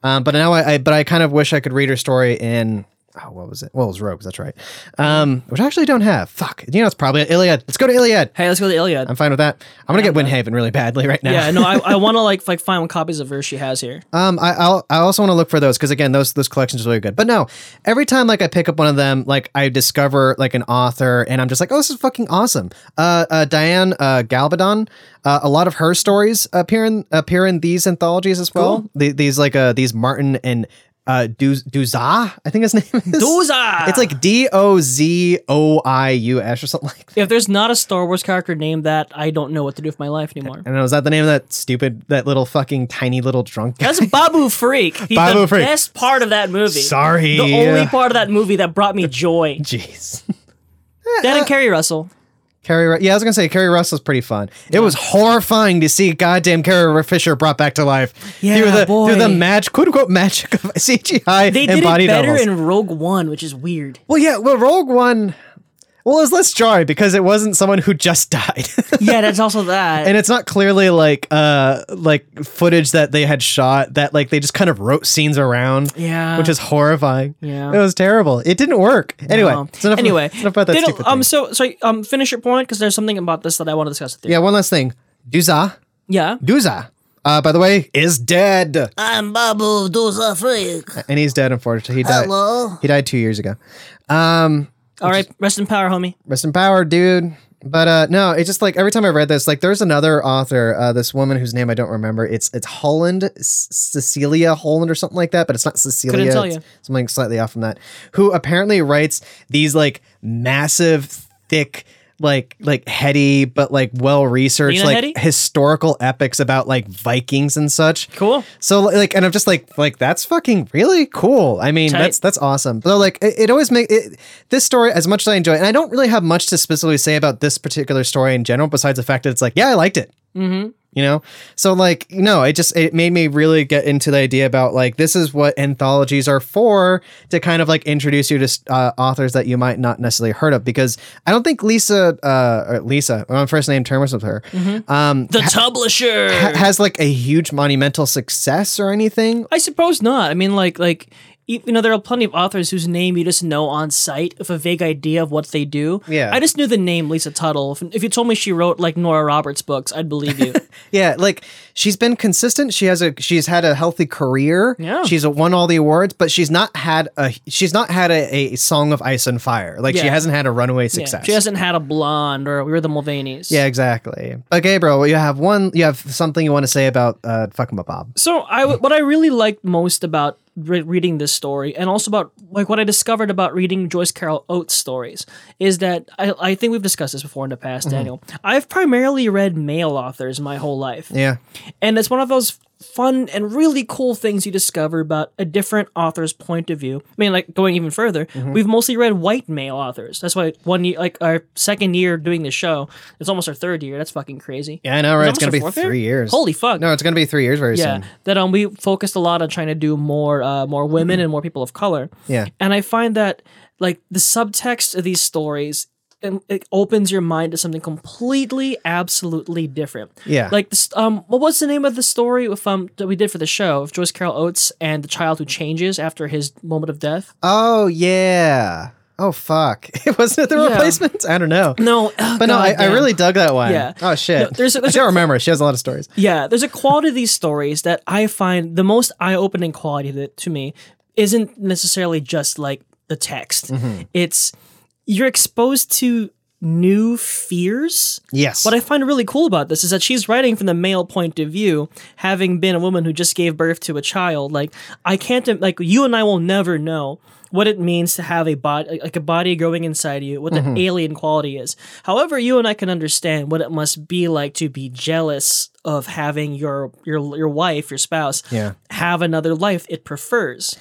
Speaker 1: um, but now I, I but I kind of wish I could read her story in. Oh, what was it? Well, it was Rogues. That's right. Um, which I actually don't have. Fuck. You know, it's probably Iliad. Let's go to Iliad.
Speaker 2: Hey, let's go to Iliad.
Speaker 1: I'm fine with that. I'm gonna get Windhaven really badly right now.
Speaker 2: yeah, no, I, I want to like like find what copies of her she has here.
Speaker 1: Um, I I'll, I also want to look for those because again, those those collections are really good. But no, every time like I pick up one of them, like I discover like an author, and I'm just like, oh, this is fucking awesome. Uh, uh Diane uh, Galvedon, uh, a lot of her stories appear in appear in these anthologies as well. The, these like uh these Martin and uh Duz Duzah, I think his name is
Speaker 2: Duzah!
Speaker 1: It's like D O Z O I U S or something like. that.
Speaker 2: If there's not a Star Wars character named that, I don't know what to do with my life anymore.
Speaker 1: I don't know. Is that the name of that stupid, that little fucking tiny little drunk guy?
Speaker 2: That's Babu Freak. He's the
Speaker 1: Babu Freak.
Speaker 2: best part of that movie.
Speaker 1: Sorry.
Speaker 2: The only part of that movie that brought me joy.
Speaker 1: Jeez.
Speaker 2: That and Carrie Russell.
Speaker 1: Carrie, Ru- yeah, I was gonna say Carrie Russell's pretty fun. It was horrifying to see goddamn Carrie Fisher brought back to life
Speaker 2: Yeah,
Speaker 1: through the
Speaker 2: boy.
Speaker 1: through the magic, quote unquote magic of CGI
Speaker 2: They
Speaker 1: and
Speaker 2: did it
Speaker 1: body
Speaker 2: better
Speaker 1: doubles.
Speaker 2: in Rogue One, which is weird.
Speaker 1: well, yeah, well, Rogue One. Well, it was less jarring because it wasn't someone who just died.
Speaker 2: yeah, that's also that.
Speaker 1: and it's not clearly like uh like footage that they had shot that like they just kind of wrote scenes around
Speaker 2: yeah,
Speaker 1: which is horrifying
Speaker 2: Yeah.
Speaker 1: it was terrible it didn't work anyway
Speaker 2: No.
Speaker 1: it's enough,
Speaker 2: anyway,
Speaker 1: it's enough about that
Speaker 2: they don't-
Speaker 1: stupid
Speaker 2: um,
Speaker 1: thing.
Speaker 2: so sorry. Um, finish your point because there's something about this that I want to discuss with you.
Speaker 1: yeah one last thing duza
Speaker 2: Yeah.
Speaker 1: duza uh by the way is dead
Speaker 3: I'm Babu Doza Freak.
Speaker 1: and he's dead unfortunately he died
Speaker 3: Hello.
Speaker 1: he died two years ago um
Speaker 2: All right. Rest in power, homie.
Speaker 1: rest in power, dude. But uh, no, it's just like every time I read this, like there's another author, uh, this woman whose name I don't remember. It's it's Holland, S- Cecilia Holland or something like that, but it's not Cecilia.
Speaker 2: Couldn't tell
Speaker 1: it's
Speaker 2: you.
Speaker 1: Something slightly off from that. Who apparently writes these like massive, thick, like like heady but like well researched
Speaker 2: Lena
Speaker 1: like
Speaker 2: Headey?
Speaker 1: historical epics about like Vikings and such.
Speaker 2: Cool.
Speaker 1: So like, and I'm just like, like that's fucking really cool. I mean,
Speaker 2: Tight.
Speaker 1: that's that's awesome. So like, it, it always make it, this story as much as I enjoy, it, and I don't really have much to specifically say about this particular story in general, besides the fact that it's like, yeah, I liked it.
Speaker 2: Mm-hmm.
Speaker 1: You know, so like, no, it just it made me really get into the idea about like this is what anthologies are for to kind of like introduce you to uh, authors that you might not necessarily heard of because I don't think Lisa, uh, or Lisa, I'm on first name terms with her,
Speaker 2: Mm-hmm.
Speaker 1: um,
Speaker 2: The publisher.
Speaker 1: ha- has like a huge monumental success or anything.
Speaker 2: I suppose not. I mean, like, like you you know, there are plenty of authors whose name you just know on sight with a vague idea of what they do.
Speaker 1: Yeah.
Speaker 2: I just knew the name Lisa Tuttle. If, if you told me she wrote like Nora Roberts books, I'd believe you.
Speaker 1: Yeah, like she's been consistent. She has a she's had a healthy career.
Speaker 2: Yeah.
Speaker 1: she's won all the awards, but she's not had a she's not had a, a song of ice and fire. Like she
Speaker 2: Yeah.
Speaker 1: hasn't had a runaway
Speaker 2: Yeah.
Speaker 1: success.
Speaker 2: She hasn't had a blonde or we were the Mulvaneys.
Speaker 1: yeah, exactly. But Gabriel, you have one. You have something you want to say about uh, fuck 'em up, Bob.
Speaker 2: So I w- what I really liked most about re- reading this story, and also about like what I discovered about reading Joyce Carol Oates stories, is that I, I think we've discussed this before in the past,
Speaker 1: Mm-hmm.
Speaker 2: Daniel. I've primarily read male authors my whole life,
Speaker 1: Yeah,
Speaker 2: and it's one of those fun and really cool things you discover about a different author's point of view. I mean, like going even further,
Speaker 1: Mm-hmm.
Speaker 2: we've mostly read white male authors. That's why one year, like our second year doing this show, it's almost our third year. That's fucking crazy.
Speaker 1: yeah, I know, right? It's
Speaker 2: It's
Speaker 1: gonna be
Speaker 2: almost our fourth
Speaker 1: three
Speaker 2: year?
Speaker 1: years.
Speaker 2: Holy fuck!
Speaker 1: no, it's gonna be three years very
Speaker 2: yeah
Speaker 1: soon.
Speaker 2: that um we focused a lot on trying to do more uh more women and more people of color
Speaker 1: Mm-hmm. Yeah.
Speaker 2: and i find that like the subtext of these stories um, it opens your mind to something completely absolutely different
Speaker 1: Yeah.
Speaker 2: like this um what was the name of the story with um that we did for the show of joyce carol oates and the child who changes after his moment of death
Speaker 1: Oh yeah. Oh fuck. Wasn't it the
Speaker 2: Yeah.
Speaker 1: replacements? I don't know.
Speaker 2: no
Speaker 1: But no, I, I really dug that one.
Speaker 2: Yeah.
Speaker 1: Oh shit.
Speaker 2: No, there's a- there's
Speaker 1: I don't
Speaker 2: a-
Speaker 1: remember. She has a lot of stories.
Speaker 2: Yeah, there's a quality to these stories that I find the most eye-opening quality that to me isn't necessarily just like the text.
Speaker 1: Mm-hmm.
Speaker 2: It's you're exposed to new fears.
Speaker 1: Yes.
Speaker 2: What I find really cool about this is that she's writing from the male point of view, having been a woman who just gave birth to a child. Like I can't im- like you and I will never know what it means to have a body like a body growing inside you, what that alien quality is. However, you and I can understand what it must be like to be jealous of having your your your wife, your spouse,
Speaker 1: Yeah.
Speaker 2: have another life it prefers.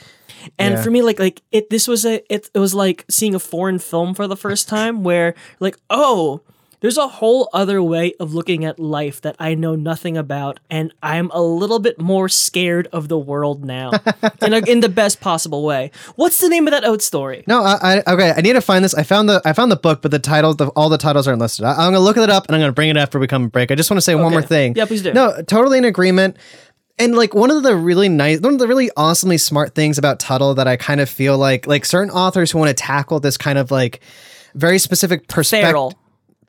Speaker 2: And
Speaker 1: Yeah.
Speaker 2: for me, like like it this was a it, it was like seeing a foreign film for the first time where like, oh, there's a whole other way of looking at life that I know nothing about, and I'm a little bit more scared of the world now. in, a, in the best possible way. What's the name of that oat story?
Speaker 1: No, I, I okay. I need to find this. I found the I found the book, but the title, the, all the titles aren't listed. I, am gonna look it up and I'm gonna bring it after we come break. I just want to say one
Speaker 2: Okay.
Speaker 1: more thing.
Speaker 2: Yeah, please do.
Speaker 1: No, totally in agreement. And like one of the really nice, one of the really awesomely smart things about Tuttle that I kind of feel like like certain authors who want to tackle this kind of like very specific perspective.
Speaker 2: Feral.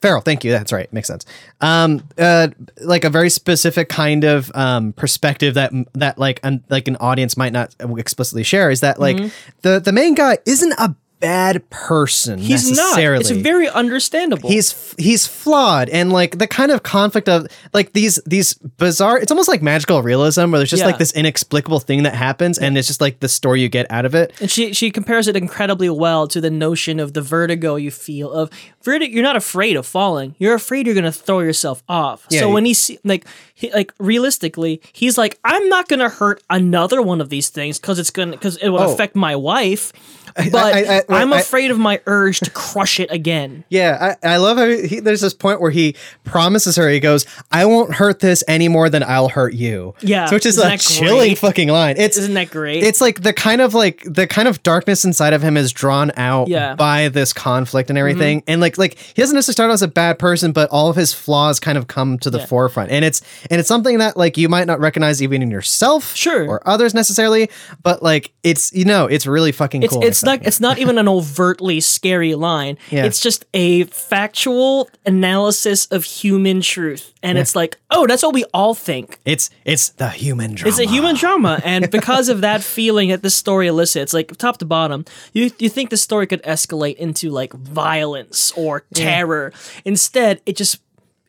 Speaker 1: Feral, thank you. That's right. Makes sense. Um, uh, like a very specific kind of um perspective that that like an like an audience might not explicitly share is that
Speaker 2: Mm-hmm.
Speaker 1: like the the main guy isn't a bad person
Speaker 2: He's not.
Speaker 1: necessarily.
Speaker 2: It's very understandable.
Speaker 1: He's he's flawed and like the kind of conflict of like these these bizarre. It's almost like magical realism where there's just
Speaker 2: Yeah.
Speaker 1: like this inexplicable thing that happens and it's just like the story you get out of it.
Speaker 2: And she she compares it incredibly well to the notion of the vertigo you feel of vertigo. You're not afraid of falling. You're afraid you're gonna throw yourself off.
Speaker 1: Yeah,
Speaker 2: so
Speaker 1: you-
Speaker 2: when he see like he, like realistically, he's like, I'm not gonna hurt another one of these things because it's gonna because it would affect my wife. But I,
Speaker 1: Oh. I- I- point,
Speaker 2: I'm
Speaker 1: I-
Speaker 2: afraid of my urge to crush it again.
Speaker 1: Yeah, I, I love how he, there's this point where he promises her. He goes, "I won't hurt this any more than I'll hurt you."
Speaker 2: Yeah,
Speaker 1: so, which is
Speaker 2: isn't
Speaker 1: a
Speaker 2: that
Speaker 1: chilling
Speaker 2: great?
Speaker 1: fucking line. It's
Speaker 2: Isn't that great?
Speaker 1: It's like the kind of like the kind of darkness inside of him is drawn out
Speaker 2: Yeah. Mm-hmm.
Speaker 1: by this conflict and everything. And like like he doesn't necessarily start out as a bad person, but all of his flaws kind of come to the forefront. And it's and it's something that like you might not recognize even in yourself
Speaker 2: Sure.
Speaker 1: or others necessarily, but like it's you know, it's really fucking
Speaker 2: it's
Speaker 1: cool.
Speaker 2: it's not it's not even an overtly scary line.
Speaker 1: Yeah.
Speaker 2: It's just a factual analysis of human truth, and it's like, oh, that's what we all think.
Speaker 1: it's it's the human drama.
Speaker 2: It's a human drama, and because of that feeling that this story elicits, like top to bottom, you you think the story could escalate into like violence or terror. Instead, it just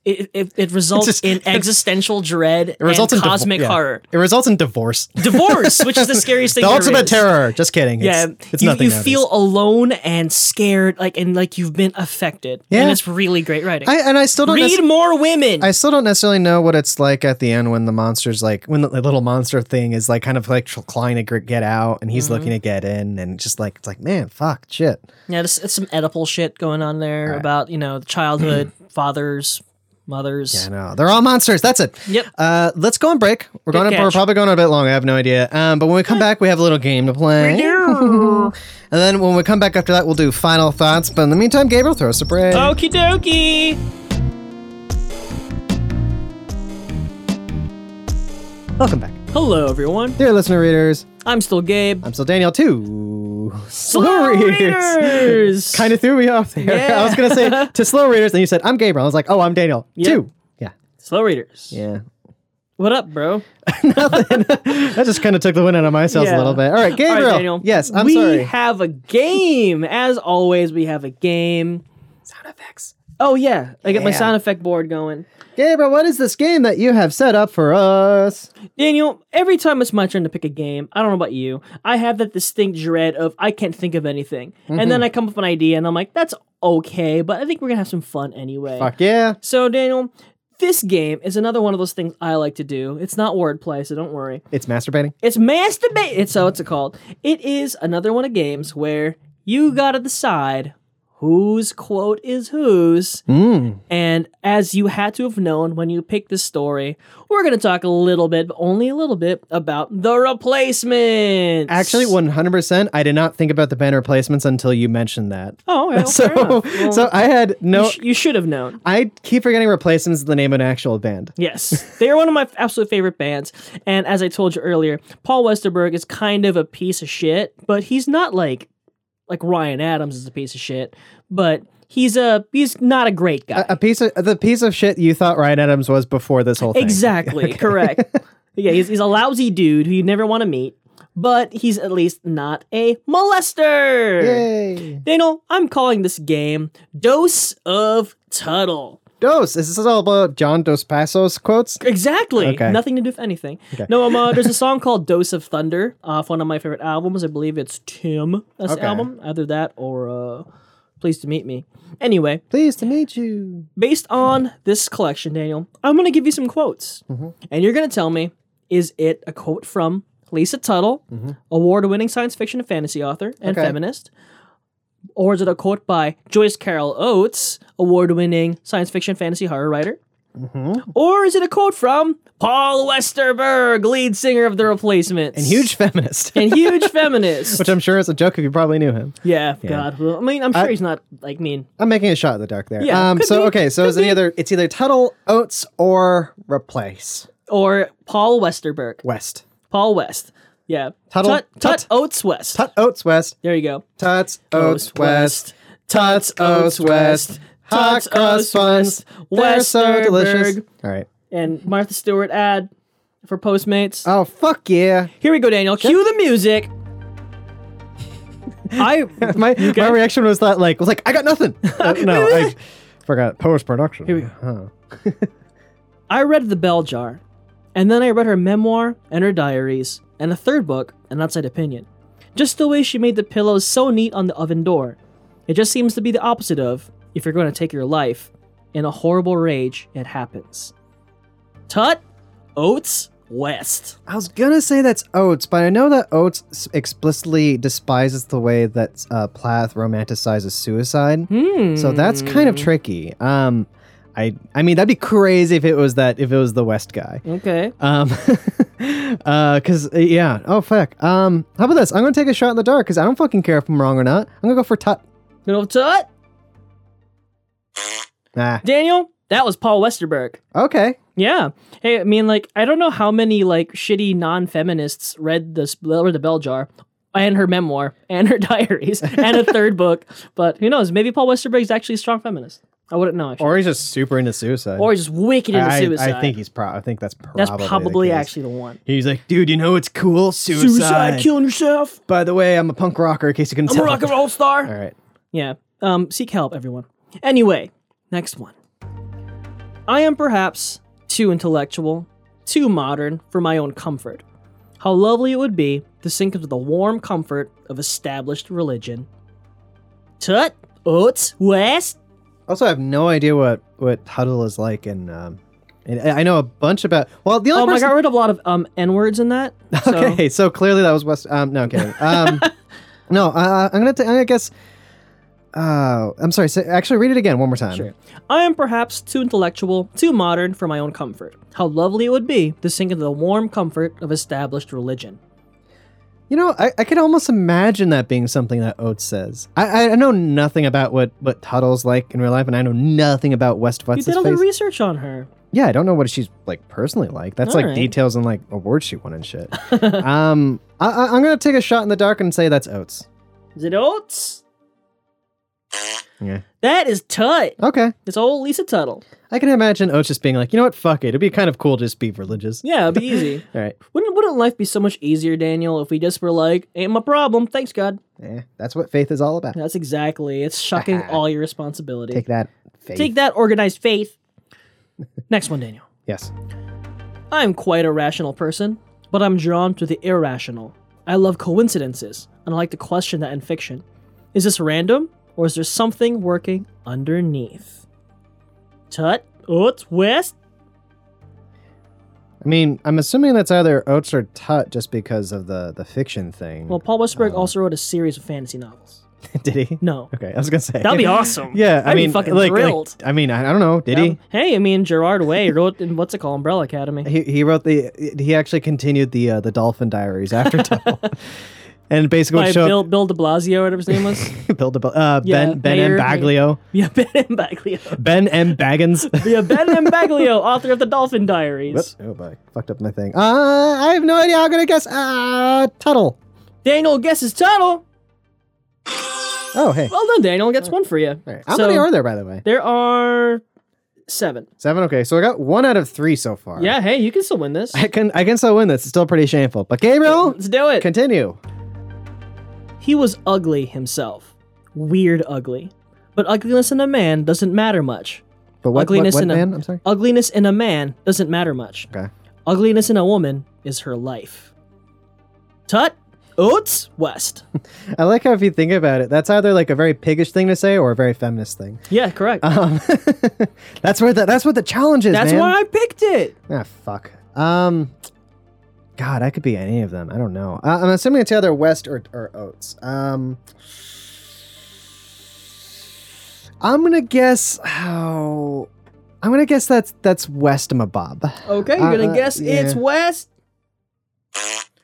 Speaker 2: it, it, it results
Speaker 1: just-
Speaker 2: in existential dread
Speaker 1: It results in
Speaker 2: and
Speaker 1: divo-
Speaker 2: cosmic
Speaker 1: yeah.
Speaker 2: horror.
Speaker 1: It results in divorce.
Speaker 2: Divorce, which is the scariest thing.
Speaker 1: The
Speaker 2: there
Speaker 1: ultimate
Speaker 2: is.
Speaker 1: terror. Just kidding.
Speaker 2: Yeah,
Speaker 1: it's, it's
Speaker 2: you,
Speaker 1: nothing.
Speaker 2: you
Speaker 1: nowadays.
Speaker 2: feel alone and scared, like and like you've been affected.
Speaker 1: Yeah.
Speaker 2: and it's really great writing.
Speaker 1: I, and I still don't.
Speaker 2: Read more women.
Speaker 1: I still don't necessarily know what it's like at the end when the monster's like when the little monster thing is like kind of like trying to gr- get out and
Speaker 2: Mm-hmm.
Speaker 1: he's looking to get in and just like it's like man fuck shit
Speaker 2: yeah, there's, there's some Oedipal shit going on there about you know childhood, fathers, mothers.
Speaker 1: I know they're all monsters that's it
Speaker 2: Yep.
Speaker 1: uh, let's go on break we're going
Speaker 2: catch.
Speaker 1: we're probably going a bit long I have no idea um, but when we come back we have a little game to play and then when we come back after that we'll do final thoughts but in the meantime Gabriel throw us a break
Speaker 2: Okie dokie.
Speaker 1: welcome back
Speaker 2: Hello, everyone.
Speaker 1: dear listener readers
Speaker 2: I'm still Gabe.
Speaker 1: I'm still Daniel too
Speaker 2: Slow readers.
Speaker 1: kind of threw me off there. I was gonna say to slow readers, and you said I'm Gabriel. I was like, oh, I'm Daniel too. Yeah,
Speaker 2: slow readers.
Speaker 1: yeah.
Speaker 2: What up, bro?
Speaker 1: That just kind of took the wind out of my sails
Speaker 2: Yeah.
Speaker 1: a little bit. All right,
Speaker 2: All right,
Speaker 1: Gabriel.
Speaker 2: Daniel.
Speaker 1: Yes, I'm
Speaker 2: we
Speaker 1: sorry.
Speaker 2: have a game. As always, we have a game.
Speaker 1: Sound effects.
Speaker 2: Oh yeah, I get my
Speaker 1: Yeah.
Speaker 2: sound effect board going.
Speaker 1: Gabriel, what is this game that you have set up for us?
Speaker 2: Daniel, every time it's my turn to pick a game, I don't know about you, I have that distinct dread of I can't think of anything. And then I come up with an idea and I'm like, that's okay, but I think we're gonna have some fun anyway.
Speaker 1: Fuck yeah.
Speaker 2: So, Daniel, this game is another one of those things I like to do. It's not wordplay, so don't worry.
Speaker 1: It's masturbating.
Speaker 2: It's masturbate. It's oh, it's called. It is another one of games where you gotta decide whose quote is whose.
Speaker 1: Mm.
Speaker 2: And as you had to have known when you picked this story, we're gonna talk a little bit, but only a little bit, about the replacement.
Speaker 1: Actually, 100%. I did not think about the banner placements until you mentioned that.
Speaker 2: Oh, okay, well, fair
Speaker 1: so,
Speaker 2: enough. Well,
Speaker 1: so I had
Speaker 2: you,
Speaker 1: no.
Speaker 2: sh- you should have known.
Speaker 1: I keep forgetting replacements is the name of an actual band.
Speaker 2: Yes, they are one of my absolute favorite bands. And as I told you earlier, Paul Westerberg is kind of a piece of shit, but he's not like like Ryan Adams is a piece of shit, but he's a he's not a great guy.
Speaker 1: A, a piece of the piece of shit you thought Ryan Adams was before this whole thing.
Speaker 2: Exactly, correct. yeah, he's, he's a lousy dude who you never want to meet, but he's at least not a molester.
Speaker 1: Yay.
Speaker 2: Daniel, I'm calling this game Dose of Tuttle.
Speaker 1: Dos. Is this all about John Dos Passos quotes?
Speaker 2: Exactly.
Speaker 1: Okay.
Speaker 2: Nothing to do with anything. No, um, uh, there's a song called Dose of Thunder off one of my favorite albums. I believe it's Tim. That's the
Speaker 1: Okay.
Speaker 2: album. Either that or uh, Pleased to Meet Me. Anyway,
Speaker 1: Pleased to meet you.
Speaker 2: based on this collection, Daniel, I'm going to give you some quotes.
Speaker 1: Mm-hmm.
Speaker 2: And you're going to tell me is it a quote from Lisa Tuttle, award winning science fiction and fantasy author and
Speaker 1: Mm-hmm. Okay.
Speaker 2: feminist? Or is it a quote by Joyce Carol Oates, award winning science fiction fantasy horror writer?
Speaker 1: Mm-hmm.
Speaker 2: Or is it a quote from Paul Westerberg, lead singer of The Replacements?
Speaker 1: And huge feminist.
Speaker 2: And huge feminist.
Speaker 1: Which I'm sure is a joke if you probably knew him.
Speaker 2: yeah, God. Well, I mean, I'm sure he's not like mean.
Speaker 1: I'm making a shot in the dark there.
Speaker 2: Yeah,
Speaker 1: um
Speaker 2: could
Speaker 1: so
Speaker 2: be,
Speaker 1: okay, so it's either it's either Tuttle, Oates, or Replace.
Speaker 2: Or Paul Westerberg.
Speaker 1: West.
Speaker 2: Paul West. Yeah.
Speaker 1: Tuttle-
Speaker 2: Tut, tut,
Speaker 1: Tut-
Speaker 2: Oates West.
Speaker 1: Tut Oates West.
Speaker 2: There you go.
Speaker 1: Tuts Oates
Speaker 2: Oates
Speaker 1: West.
Speaker 2: West. Tuts
Speaker 1: Oates West. Hot
Speaker 2: Tuts
Speaker 1: cross buns. They're so delicious.
Speaker 2: Westerberg.
Speaker 1: All right.
Speaker 2: And Martha Stewart ad for Postmates.
Speaker 1: Oh fuck yeah.
Speaker 2: Here we go, Daniel. Cue the music. I
Speaker 1: My my reaction was that like was like I got nothing. Uh, no, I forgot post production. Here
Speaker 2: we go.
Speaker 1: Huh.
Speaker 2: I read The Bell Jar, and then I read her memoir and her diaries, and a third book, An Outside Opinion. Just the way she made the pillows so neat on the oven door. It just seems to be the opposite of if you're going to take your life. In a horrible rage, it happens. Tut, Oates, West.
Speaker 1: I was gonna say that's Oates, but I know that Oates s- explicitly despises the way that uh, Plath romanticizes suicide.
Speaker 2: Hmm.
Speaker 1: So that's kind of tricky. Um, I I mean that'd be crazy if it was that if it was the West guy.
Speaker 2: Hmm, Okay.
Speaker 1: Um, uh, cause uh, yeah. Oh fuck. Um, how about this? I'm gonna take a shot in the dark because I don't fucking care if I'm wrong or not. I'm gonna go for Tut.
Speaker 2: Middle Tut.
Speaker 1: Nah.
Speaker 2: Daniel, that was Paul Westerberg.
Speaker 1: Ah, Okay.
Speaker 2: Yeah. Hey, I mean, like, I don't know how many like shitty non-feminists read this read the Bell Jar and her memoir and her diaries and a third book, but who knows? Maybe Paul Westerberg's actually a strong feminist. I wouldn't know actually,
Speaker 1: Or he's just super into suicide.
Speaker 2: or, he's just wicked into
Speaker 1: I,
Speaker 2: suicide.
Speaker 1: I think he's pro. I think that's probably.
Speaker 2: that's probably
Speaker 1: the case.
Speaker 2: actually the one.
Speaker 1: He's like, dude, you know what's cool? Suicide.
Speaker 2: killing yourself.
Speaker 1: By the way, I'm a punk rocker. In case you couldn't
Speaker 2: I'm a
Speaker 1: tell.
Speaker 2: rock and roll star.
Speaker 1: All right.
Speaker 2: Yeah. Um, seek help, everyone. Anyway, next one. I am perhaps too intellectual, too modern for my own comfort. How lovely it would be to sink into the warm comfort of established religion. Tut, Oats, West.
Speaker 1: Also, I have no idea what what Huddle is like, and um, and I I know a bunch about. Well, the only
Speaker 2: Um, I
Speaker 1: person.
Speaker 2: got rid of a lot of um n words in that. So,
Speaker 1: Okay, so clearly that was West. Um, no, I'm kidding. Um, no, uh, I'm gonna. T- I'm gonna guess. Uh, I'm sorry. Say, actually, read it again one more time.
Speaker 2: Sure. I am perhaps too intellectual, too modern for my own comfort. How lovely it would be to sink into the warm comfort of established religion.
Speaker 1: You know, I, I could almost imagine that being something that Oates says. I, I- I know nothing about what what Tuttle's like in real life, and I know nothing about West.
Speaker 2: you
Speaker 1: What's
Speaker 2: did
Speaker 1: his
Speaker 2: all the
Speaker 1: face?
Speaker 2: research on her.
Speaker 1: yeah, I don't know what she's like personally like. That's
Speaker 2: All
Speaker 1: like
Speaker 2: right.
Speaker 1: details and like awards she won and shit. um, I, I, I'm gonna take a shot in the dark and say that's Oates.
Speaker 2: Is it Oats?
Speaker 1: Yeah.
Speaker 2: That is Tut.
Speaker 1: Okay.
Speaker 2: It's old Lisa Tuttle.
Speaker 1: I can imagine Oates just being like, you know what, fuck it. It'd be kind of cool to just be religious.
Speaker 2: Yeah, it'd be easy.
Speaker 1: All right.
Speaker 2: wouldn't wouldn't life be so much easier, Daniel, if we just were like, ain't my problem, thanks God.
Speaker 1: Eh, that's what faith is all about.
Speaker 2: That's exactly. It's shucking all your responsibility.
Speaker 1: Take that, faith.
Speaker 2: Take that organized faith. Next one, Daniel.
Speaker 1: Yes.
Speaker 2: I'm quite a rational person, but I'm drawn to the irrational. I love coincidences, and I like to question that in fiction. Is this random, or is there something working underneath? Tut, Oats, West.
Speaker 1: I mean, I'm assuming that's either Oates or Tut just because of the, the fiction thing.
Speaker 2: Well, Paul Westberg
Speaker 1: Um,
Speaker 2: also wrote a series of fantasy novels.
Speaker 1: did he?
Speaker 2: No,
Speaker 1: Okay, I was gonna say
Speaker 2: that'd be awesome.
Speaker 1: Yeah,
Speaker 2: I'd
Speaker 1: I
Speaker 2: be
Speaker 1: mean,
Speaker 2: fucking
Speaker 1: like, like,
Speaker 2: thrilled.
Speaker 1: I mean, I, I don't know. Did he?
Speaker 2: Hey, I mean, Gerard Way wrote in what's it called, Umbrella Academy.
Speaker 1: he he wrote the he actually continued the uh, the Dolphin Diaries after Tunnel, and basically
Speaker 2: By
Speaker 1: would show
Speaker 2: Bill, Bill De Blasio, whatever his name was.
Speaker 1: Bill De, uh,
Speaker 2: Yeah,
Speaker 1: Ben Ben
Speaker 2: Mayer,
Speaker 1: M
Speaker 2: Mayer.
Speaker 1: Baglio
Speaker 2: yeah, Ben M. Baglio.
Speaker 1: Ben M Baggins.
Speaker 2: Yeah, Ben M. Baglio, author of the Dolphin Diaries.
Speaker 1: Whoops. Oh boy, fucked up my thing. Uh, I have no idea. I'm gonna guess uh Tuttle.
Speaker 2: Daniel guesses title.
Speaker 1: Oh hey,
Speaker 2: Well done, Daniel. Gets one for you.
Speaker 1: All right. how
Speaker 2: So,
Speaker 1: many are there by the way?
Speaker 2: There are seven.
Speaker 1: Seven. Okay, so I got one out of three so far.
Speaker 2: Yeah, hey, you can still win this.
Speaker 1: I can I can still win this. It's still pretty shameful, but Gabriel,
Speaker 2: Let's do it.
Speaker 1: continue.
Speaker 2: He was ugly himself. Weird ugly. But ugliness in a man doesn't matter much.
Speaker 1: But what, what,
Speaker 2: Ugliness
Speaker 1: what
Speaker 2: in a-
Speaker 1: man? I'm sorry.
Speaker 2: Ugliness in a man doesn't matter much.
Speaker 1: Okay.
Speaker 2: Ugliness in a woman is her life. Tut, Oats, West.
Speaker 1: I like how if you think about it, that's either like a very piggish thing to say or a very feminist thing.
Speaker 2: Yeah, correct.
Speaker 1: Um, that's where the, that's what the challenge is.
Speaker 2: That's
Speaker 1: man.
Speaker 2: why I picked it.
Speaker 1: Ah, fuck. Um, God, I could be any of them. I don't know. Uh, I'm assuming it's either West or or Oats. Um, I'm gonna guess how. I'm gonna guess that's that's West Mabob.
Speaker 2: Okay, you're gonna
Speaker 1: Uh, uh,
Speaker 2: guess it's
Speaker 1: yeah.
Speaker 2: West.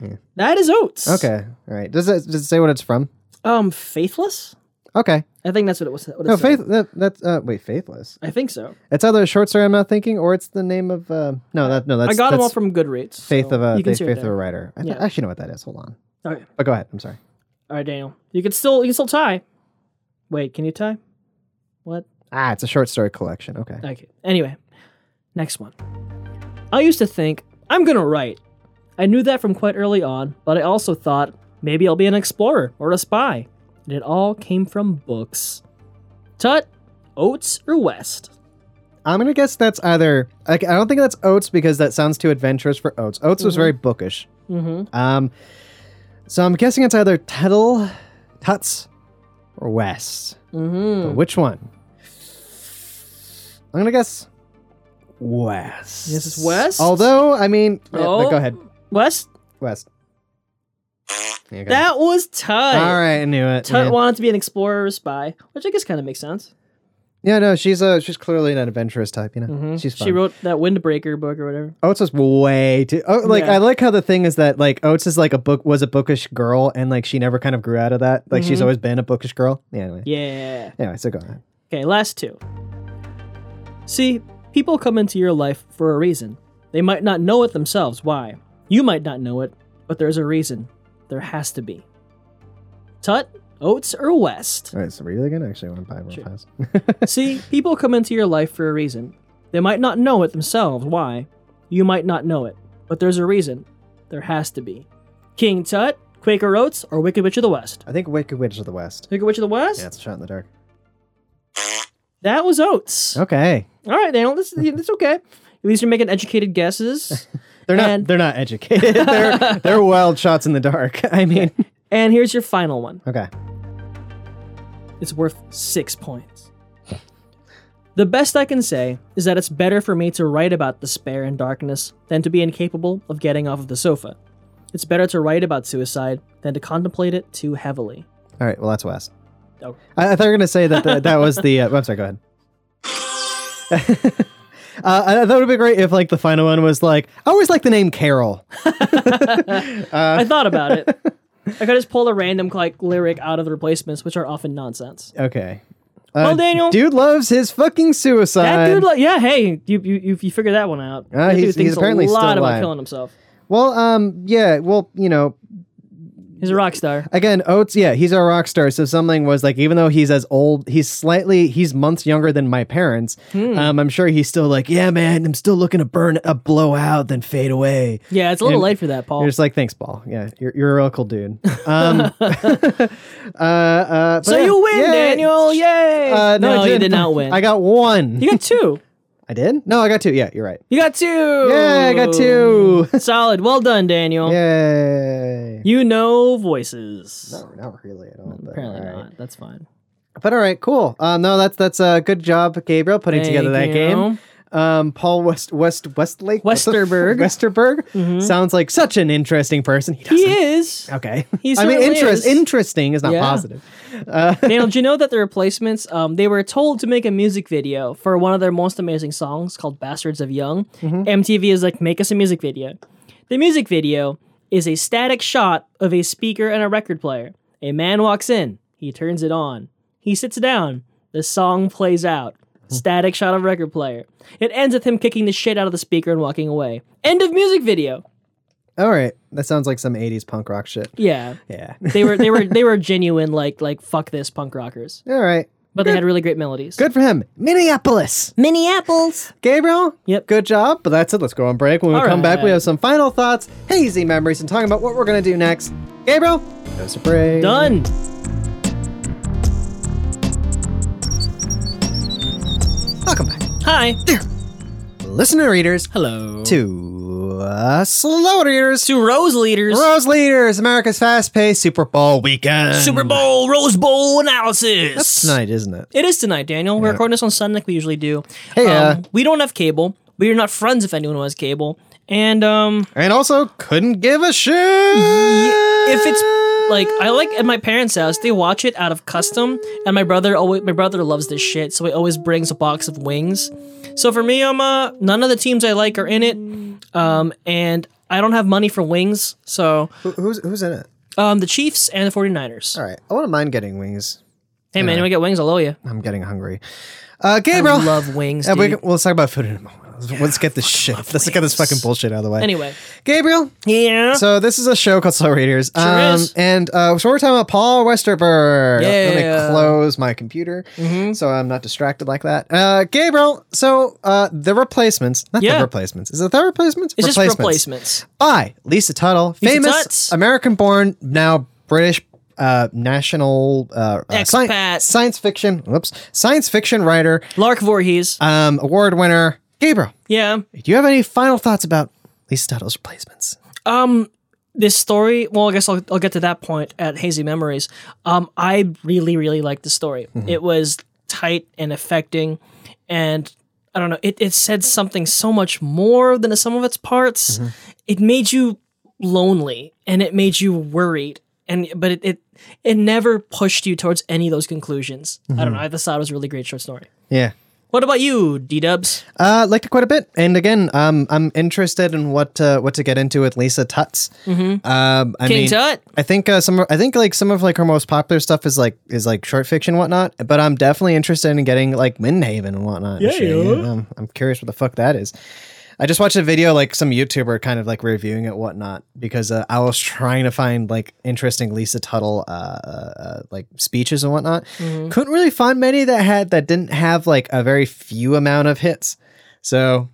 Speaker 1: Yeah.
Speaker 2: That is Oats.
Speaker 1: Okay, all right. Does it does it say what it's from?
Speaker 2: Um, faithless.
Speaker 1: Okay.
Speaker 2: I think that's what it was. What it
Speaker 1: No,
Speaker 2: said.
Speaker 1: faith. That, that's uh, wait, faithless.
Speaker 2: I think so.
Speaker 1: It's either a short story I'm not thinking, or it's the name of uh, no, that no, that's
Speaker 2: I got them
Speaker 1: that's
Speaker 2: all from Goodreads. so
Speaker 1: Faith of a
Speaker 2: you can
Speaker 1: faith,
Speaker 2: see it
Speaker 1: faith of
Speaker 2: there.
Speaker 1: a writer. I th-
Speaker 2: Yeah. Oh,
Speaker 1: actually know what that is. Hold on.
Speaker 2: All right,
Speaker 1: But go ahead. I'm sorry.
Speaker 2: all right, Daniel. You can still you can still tie. Wait, can you tie? What?
Speaker 1: Ah, it's a short story collection. Okay.
Speaker 2: Okay. Anyway, next one. I used to think I'm gonna write. I knew that from quite early on, but I also thought maybe I'll be an explorer or a spy, and it all came from books. Tut, Oates or West?
Speaker 1: I'm gonna guess that's either like I don't think that's Oates because that sounds too adventurous for Oates. Oates was very bookish.
Speaker 2: Mm-hmm.
Speaker 1: Um, so I'm guessing it's either Tuttle, Tuts, or West. But
Speaker 2: Mm-hmm.
Speaker 1: which one? I'm gonna guess
Speaker 4: West.
Speaker 2: This is West?
Speaker 1: Although, I mean, yeah,
Speaker 2: Oh.
Speaker 1: go ahead,
Speaker 2: West?
Speaker 1: West. There you go.
Speaker 2: That was Tut.
Speaker 1: All right, I knew it.
Speaker 2: Tut
Speaker 1: yeah.
Speaker 2: wanted to be an explorer or a spy, which I guess kind of makes sense.
Speaker 1: Yeah, no, she's uh, she's clearly an adventurous type. You know, she's fun.
Speaker 2: Mm-hmm. She wrote that Windbreaker book or whatever.
Speaker 1: Oates was way too. Oh, like
Speaker 2: Yeah.
Speaker 1: I like how the thing is that like Oates is like a book was a bookish girl, and like she never kind of grew out of that. Like she's always been a bookish girl. Yeah. Anyway.
Speaker 2: Mm-hmm. Yeah.
Speaker 1: Anyway, so go on.
Speaker 2: Okay, last two. See, people come into your life for a reason. They might not know it themselves why. You might not know it, but there's a reason. There has to be. Tut, Oates, or West.
Speaker 1: All right, so really good. Actually, I want to buy more
Speaker 2: Sure.
Speaker 1: pies.
Speaker 2: See, people come into your life for a reason. They might not know it themselves why. You might not know it, but there's a reason. There has to be. King Tut, Quaker Oats, or Wicked Witch of the West?
Speaker 1: I think Wicked Witch of the West.
Speaker 2: Wicked Witch of the West?
Speaker 1: Yeah, it's a shot in the dark.
Speaker 2: That was Oats.
Speaker 1: Okay,
Speaker 2: All right, Daniel, this is it's okay. At least you're making educated guesses.
Speaker 1: they're not
Speaker 2: And-
Speaker 1: they're not educated. they're they're wild shots in the dark. I mean,
Speaker 2: and here's your final one.
Speaker 1: okay.
Speaker 2: It's worth six points. The best I can say is that it's better for me to write about despair and darkness than to be incapable of getting off of the sofa. It's better to write about suicide than to contemplate it too heavily.
Speaker 1: All right, well that's West.
Speaker 2: Okay.
Speaker 1: I, I thought you were gonna say that the, that was the. Uh, I'm sorry. Go ahead. uh, I, I thought it would be great if like the final one was like I always like the name Carol. Uh.
Speaker 2: I thought about it. I could just pull a random like lyric out of the replacements, which are often nonsense.
Speaker 1: Okay.
Speaker 2: Well,
Speaker 1: Uh,
Speaker 2: Daniel,
Speaker 1: Dude loves his fucking suicide.
Speaker 2: that dude, like, yeah, hey, you you you, you figured that one out.
Speaker 1: Ah,
Speaker 2: that dude
Speaker 1: he's- he's
Speaker 2: thinks
Speaker 1: apparently
Speaker 2: a lot
Speaker 1: still
Speaker 2: about
Speaker 1: alive.
Speaker 2: killing himself.
Speaker 1: well, um, yeah, well, you know,
Speaker 2: He's a rock star.
Speaker 1: again, Oates, yeah, he's a rock star. So something was like, even though he's as old, he's slightly, he's months younger than my parents.
Speaker 2: Hmm.
Speaker 1: Um, I'm sure he's still like, yeah, man, I'm still looking to burn a blowout, then fade away.
Speaker 2: Yeah, it's a little
Speaker 1: And
Speaker 2: late for that, Paul.
Speaker 1: You're just like, thanks, Paul. Yeah, you're, you're a real cool dude. Um, uh, uh, but
Speaker 2: So
Speaker 1: yeah,
Speaker 2: you win,
Speaker 1: yeah.
Speaker 2: Daniel! Yay!
Speaker 1: Uh, no, I
Speaker 2: you
Speaker 1: didn't.
Speaker 2: did not win.
Speaker 1: I got one.
Speaker 2: you got two.
Speaker 1: I did? No, I got two. Yeah, you're right.
Speaker 2: You got two.
Speaker 1: Yeah, I got two.
Speaker 2: Solid. Well done, Daniel.
Speaker 1: Yay.
Speaker 2: You know voices.
Speaker 1: No, not really at all. but
Speaker 2: Apparently
Speaker 1: all right.
Speaker 2: not. That's fine.
Speaker 1: But all right, cool. Um, no, that's that's a uh, good job, Gabriel, putting together that
Speaker 2: Thank
Speaker 1: game.
Speaker 2: you.
Speaker 1: Um, Paul West West Westlake what the f-
Speaker 2: Westerberg. Mm-hmm.
Speaker 1: Westerberg sounds like such an interesting person. He doesn't.
Speaker 2: He is.
Speaker 1: Okay.
Speaker 2: He
Speaker 1: I mean,
Speaker 2: certainly
Speaker 1: interest
Speaker 2: is.
Speaker 1: interesting is not
Speaker 2: Yeah.
Speaker 1: positive.
Speaker 2: Daniel, do you know that the replacements, um, they were told to make a music video for one of their most amazing songs called Bastards of Young. MTV is like, make us a music video. The music video is a static shot of a speaker and a record player. A man walks in, he turns it on, he sits down, the song plays out. Static shot of record player. It ends with him kicking the shit out of the speaker and walking away. End of music video.
Speaker 1: All right, that sounds like some '80s punk rock shit.
Speaker 2: Yeah.
Speaker 1: Yeah.
Speaker 2: They were they were they were genuine like like fuck this punk rockers.
Speaker 1: all right.
Speaker 2: But they had really great melodies.
Speaker 1: Good for him. Minneapolis.
Speaker 5: Mini apples.
Speaker 1: Gabriel.
Speaker 2: Yep.
Speaker 1: Good job. But that's it. Let's go on break. When we
Speaker 2: All
Speaker 1: come back, we
Speaker 2: right.
Speaker 1: have some final thoughts, hazy memories, and talking about what we're gonna do next. Gabriel. No surprise.
Speaker 2: Done.
Speaker 1: Welcome back.
Speaker 2: Hi.
Speaker 1: listener readers
Speaker 2: Hello.
Speaker 1: to uh, slow readers
Speaker 2: Two Rose leaders.
Speaker 1: rose leaders america's fast-paced super bowl weekend
Speaker 2: Super Bowl Rose Bowl analysis.
Speaker 1: That's tonight isn't it
Speaker 2: It is tonight, Daniel. We're recording this on Sunday like we usually do. Um,
Speaker 1: Hey, uh,
Speaker 2: we don't have cable. We are not friends if anyone who has cable. And um,
Speaker 1: and also couldn't give a shit
Speaker 2: if it's like I like at my parents' house, they watch it out of custom. And my brother always my brother loves this shit, so he always brings a box of wings. So for me, I'm uh, none of the teams I like are in it. Um, and I don't have money for wings, so
Speaker 1: Who- who's who's in it
Speaker 2: um, the Chiefs and the 49ers.
Speaker 1: all right i wouldn't mind getting wings
Speaker 2: Hey
Speaker 1: Uh,
Speaker 2: man, you want get wings? I'll owe you.
Speaker 1: i'm getting hungry uh gabriel
Speaker 2: I love wings.
Speaker 1: Uh,
Speaker 2: Dude.
Speaker 1: we can- we'll talk about food in a moment Let's- let's get this shit let's get this fucking bullshit out of the way
Speaker 2: Anyway,
Speaker 1: gabriel
Speaker 2: yeah.
Speaker 1: so this is a show called Slow Readers.
Speaker 2: Sure is.
Speaker 1: And uh, so we're talking about Paul Westerberg. Let
Speaker 2: Yeah. Mm-hmm.
Speaker 1: me close my computer so I'm not distracted like that. Uh, Gabriel, so uh, The Replacements, not
Speaker 2: Yeah.
Speaker 1: The Replacements. Is it The Replacements?
Speaker 2: it's just replacements.
Speaker 1: By Lisa Tuttle,
Speaker 2: Lisa
Speaker 1: famous
Speaker 2: Tuts.
Speaker 1: American-born, now British uh, national uh, uh, sci-
Speaker 2: Expat.
Speaker 1: science fiction, whoops, science fiction writer,
Speaker 2: Lark Voorhees.
Speaker 1: um, award winner. Gabriel,
Speaker 2: yeah.
Speaker 1: do you have any final thoughts about Lisa Tuttle's Replacements?
Speaker 2: Um, this story. Well, I guess I'll, I'll get to that point at Hazy Memories. Um,
Speaker 1: Mm-hmm.
Speaker 2: I really, really liked the story. It was tight and affecting, and I don't know. It, it said something so much more than the sum of its parts.
Speaker 1: Mm-hmm.
Speaker 2: It made you lonely and it made you worried. And but it it, it never pushed you towards any of those conclusions. I
Speaker 1: Mm-hmm.
Speaker 2: don't know. I just thought it was a really great short story.
Speaker 1: Yeah.
Speaker 2: What about you, D Dubs?
Speaker 1: Uh, liked it quite a bit, and again, um, I'm interested in what uh, what to get into with Lisa Tuts. Mm-hmm. Um, I
Speaker 2: King
Speaker 1: mean,
Speaker 2: Tut?
Speaker 1: I think uh, some. Of, I think like some of like her most popular stuff is like is like short fiction and whatnot. But I'm definitely interested in getting like Windhaven and whatnot. and
Speaker 2: Yeah,
Speaker 1: shit,
Speaker 2: yeah.
Speaker 1: Um, I'm curious what the fuck that is. I just watched a video like some YouTuber kind of like reviewing it whatnot because uh, I was trying to find like interesting Lisa Tuttle uh, uh, uh, like speeches and whatnot. Couldn't really find many that had that didn't have like a very few amount of hits. So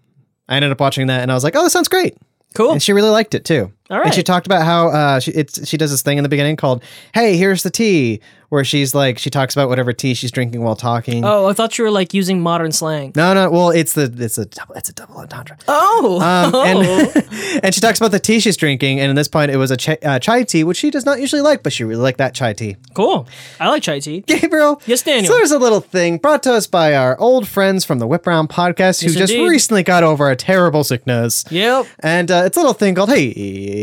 Speaker 1: I ended up watching that and I was like, oh, that sounds great.
Speaker 2: Cool.
Speaker 1: And she really liked it too.
Speaker 2: All
Speaker 1: And she
Speaker 2: right.
Speaker 1: talked about how uh, she it's, she does this thing in the beginning called "Hey, here's the tea," where she's like she talks about whatever tea she's drinking while talking.
Speaker 2: Oh, I thought you were like using modern slang.
Speaker 1: No, no. Well, it's the it's a double it's a double entendre.
Speaker 2: Oh,
Speaker 1: Um,
Speaker 2: Oh.
Speaker 1: and, and she talks about the tea she's drinking, and at this point, it was a chai, uh, chai tea, which she does not usually like, but she really liked that chai tea.
Speaker 2: cool. I like chai tea.
Speaker 1: Gabriel.
Speaker 2: Yes, Daniel.
Speaker 1: So there's a little thing brought to us by our old friends from the Whip Round podcast who
Speaker 2: Yes,
Speaker 1: just
Speaker 2: indeed.
Speaker 1: recently got over a terrible sickness.
Speaker 2: Yep.
Speaker 1: And uh, it's a little thing called Hey,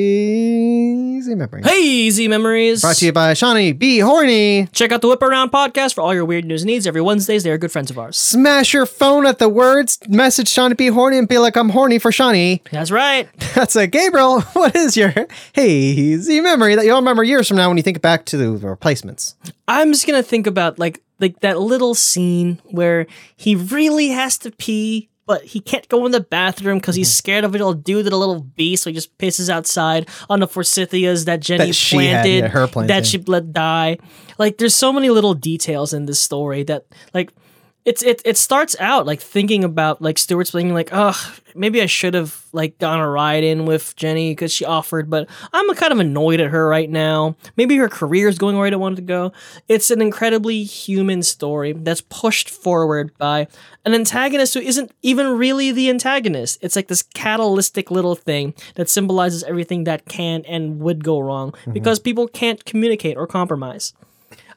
Speaker 1: Easy Memory.
Speaker 2: Hey, easy memories.
Speaker 1: Brought to you by Shawnee B. Horny.
Speaker 2: Check out the Whip Around podcast for all your weird news needs. Every Wednesdays, they are good friends of ours.
Speaker 1: Smash your phone at the words, message Shawnee B. Horny, and be like, I'm horny for Shawnee.
Speaker 2: That's right.
Speaker 1: That's a Gabriel. What is your hazy memory that you'll remember years from now when you think back to the replacements?
Speaker 2: I'm just gonna think about like like that little scene where he really has to pee, but he can't go in the bathroom because
Speaker 1: Mm-hmm.
Speaker 2: he's scared of it. He'll do the little beast, so he just pisses outside on the forsythias that Jenny
Speaker 1: That she had,
Speaker 2: planted,
Speaker 1: yeah, her planting.
Speaker 2: that she let die. Like, there's so many little details in this story that like. It's it it starts out like thinking about like Stewart's thinking like ugh maybe I should have like gone a ride in with Jenny because she offered but I'm kind of annoyed at her right now maybe her career is going where I don't want it to go it's an incredibly human story that's pushed forward by an antagonist who isn't even really the antagonist. It's like this catalytic little thing that symbolizes everything that can and would go wrong because people can't communicate or compromise.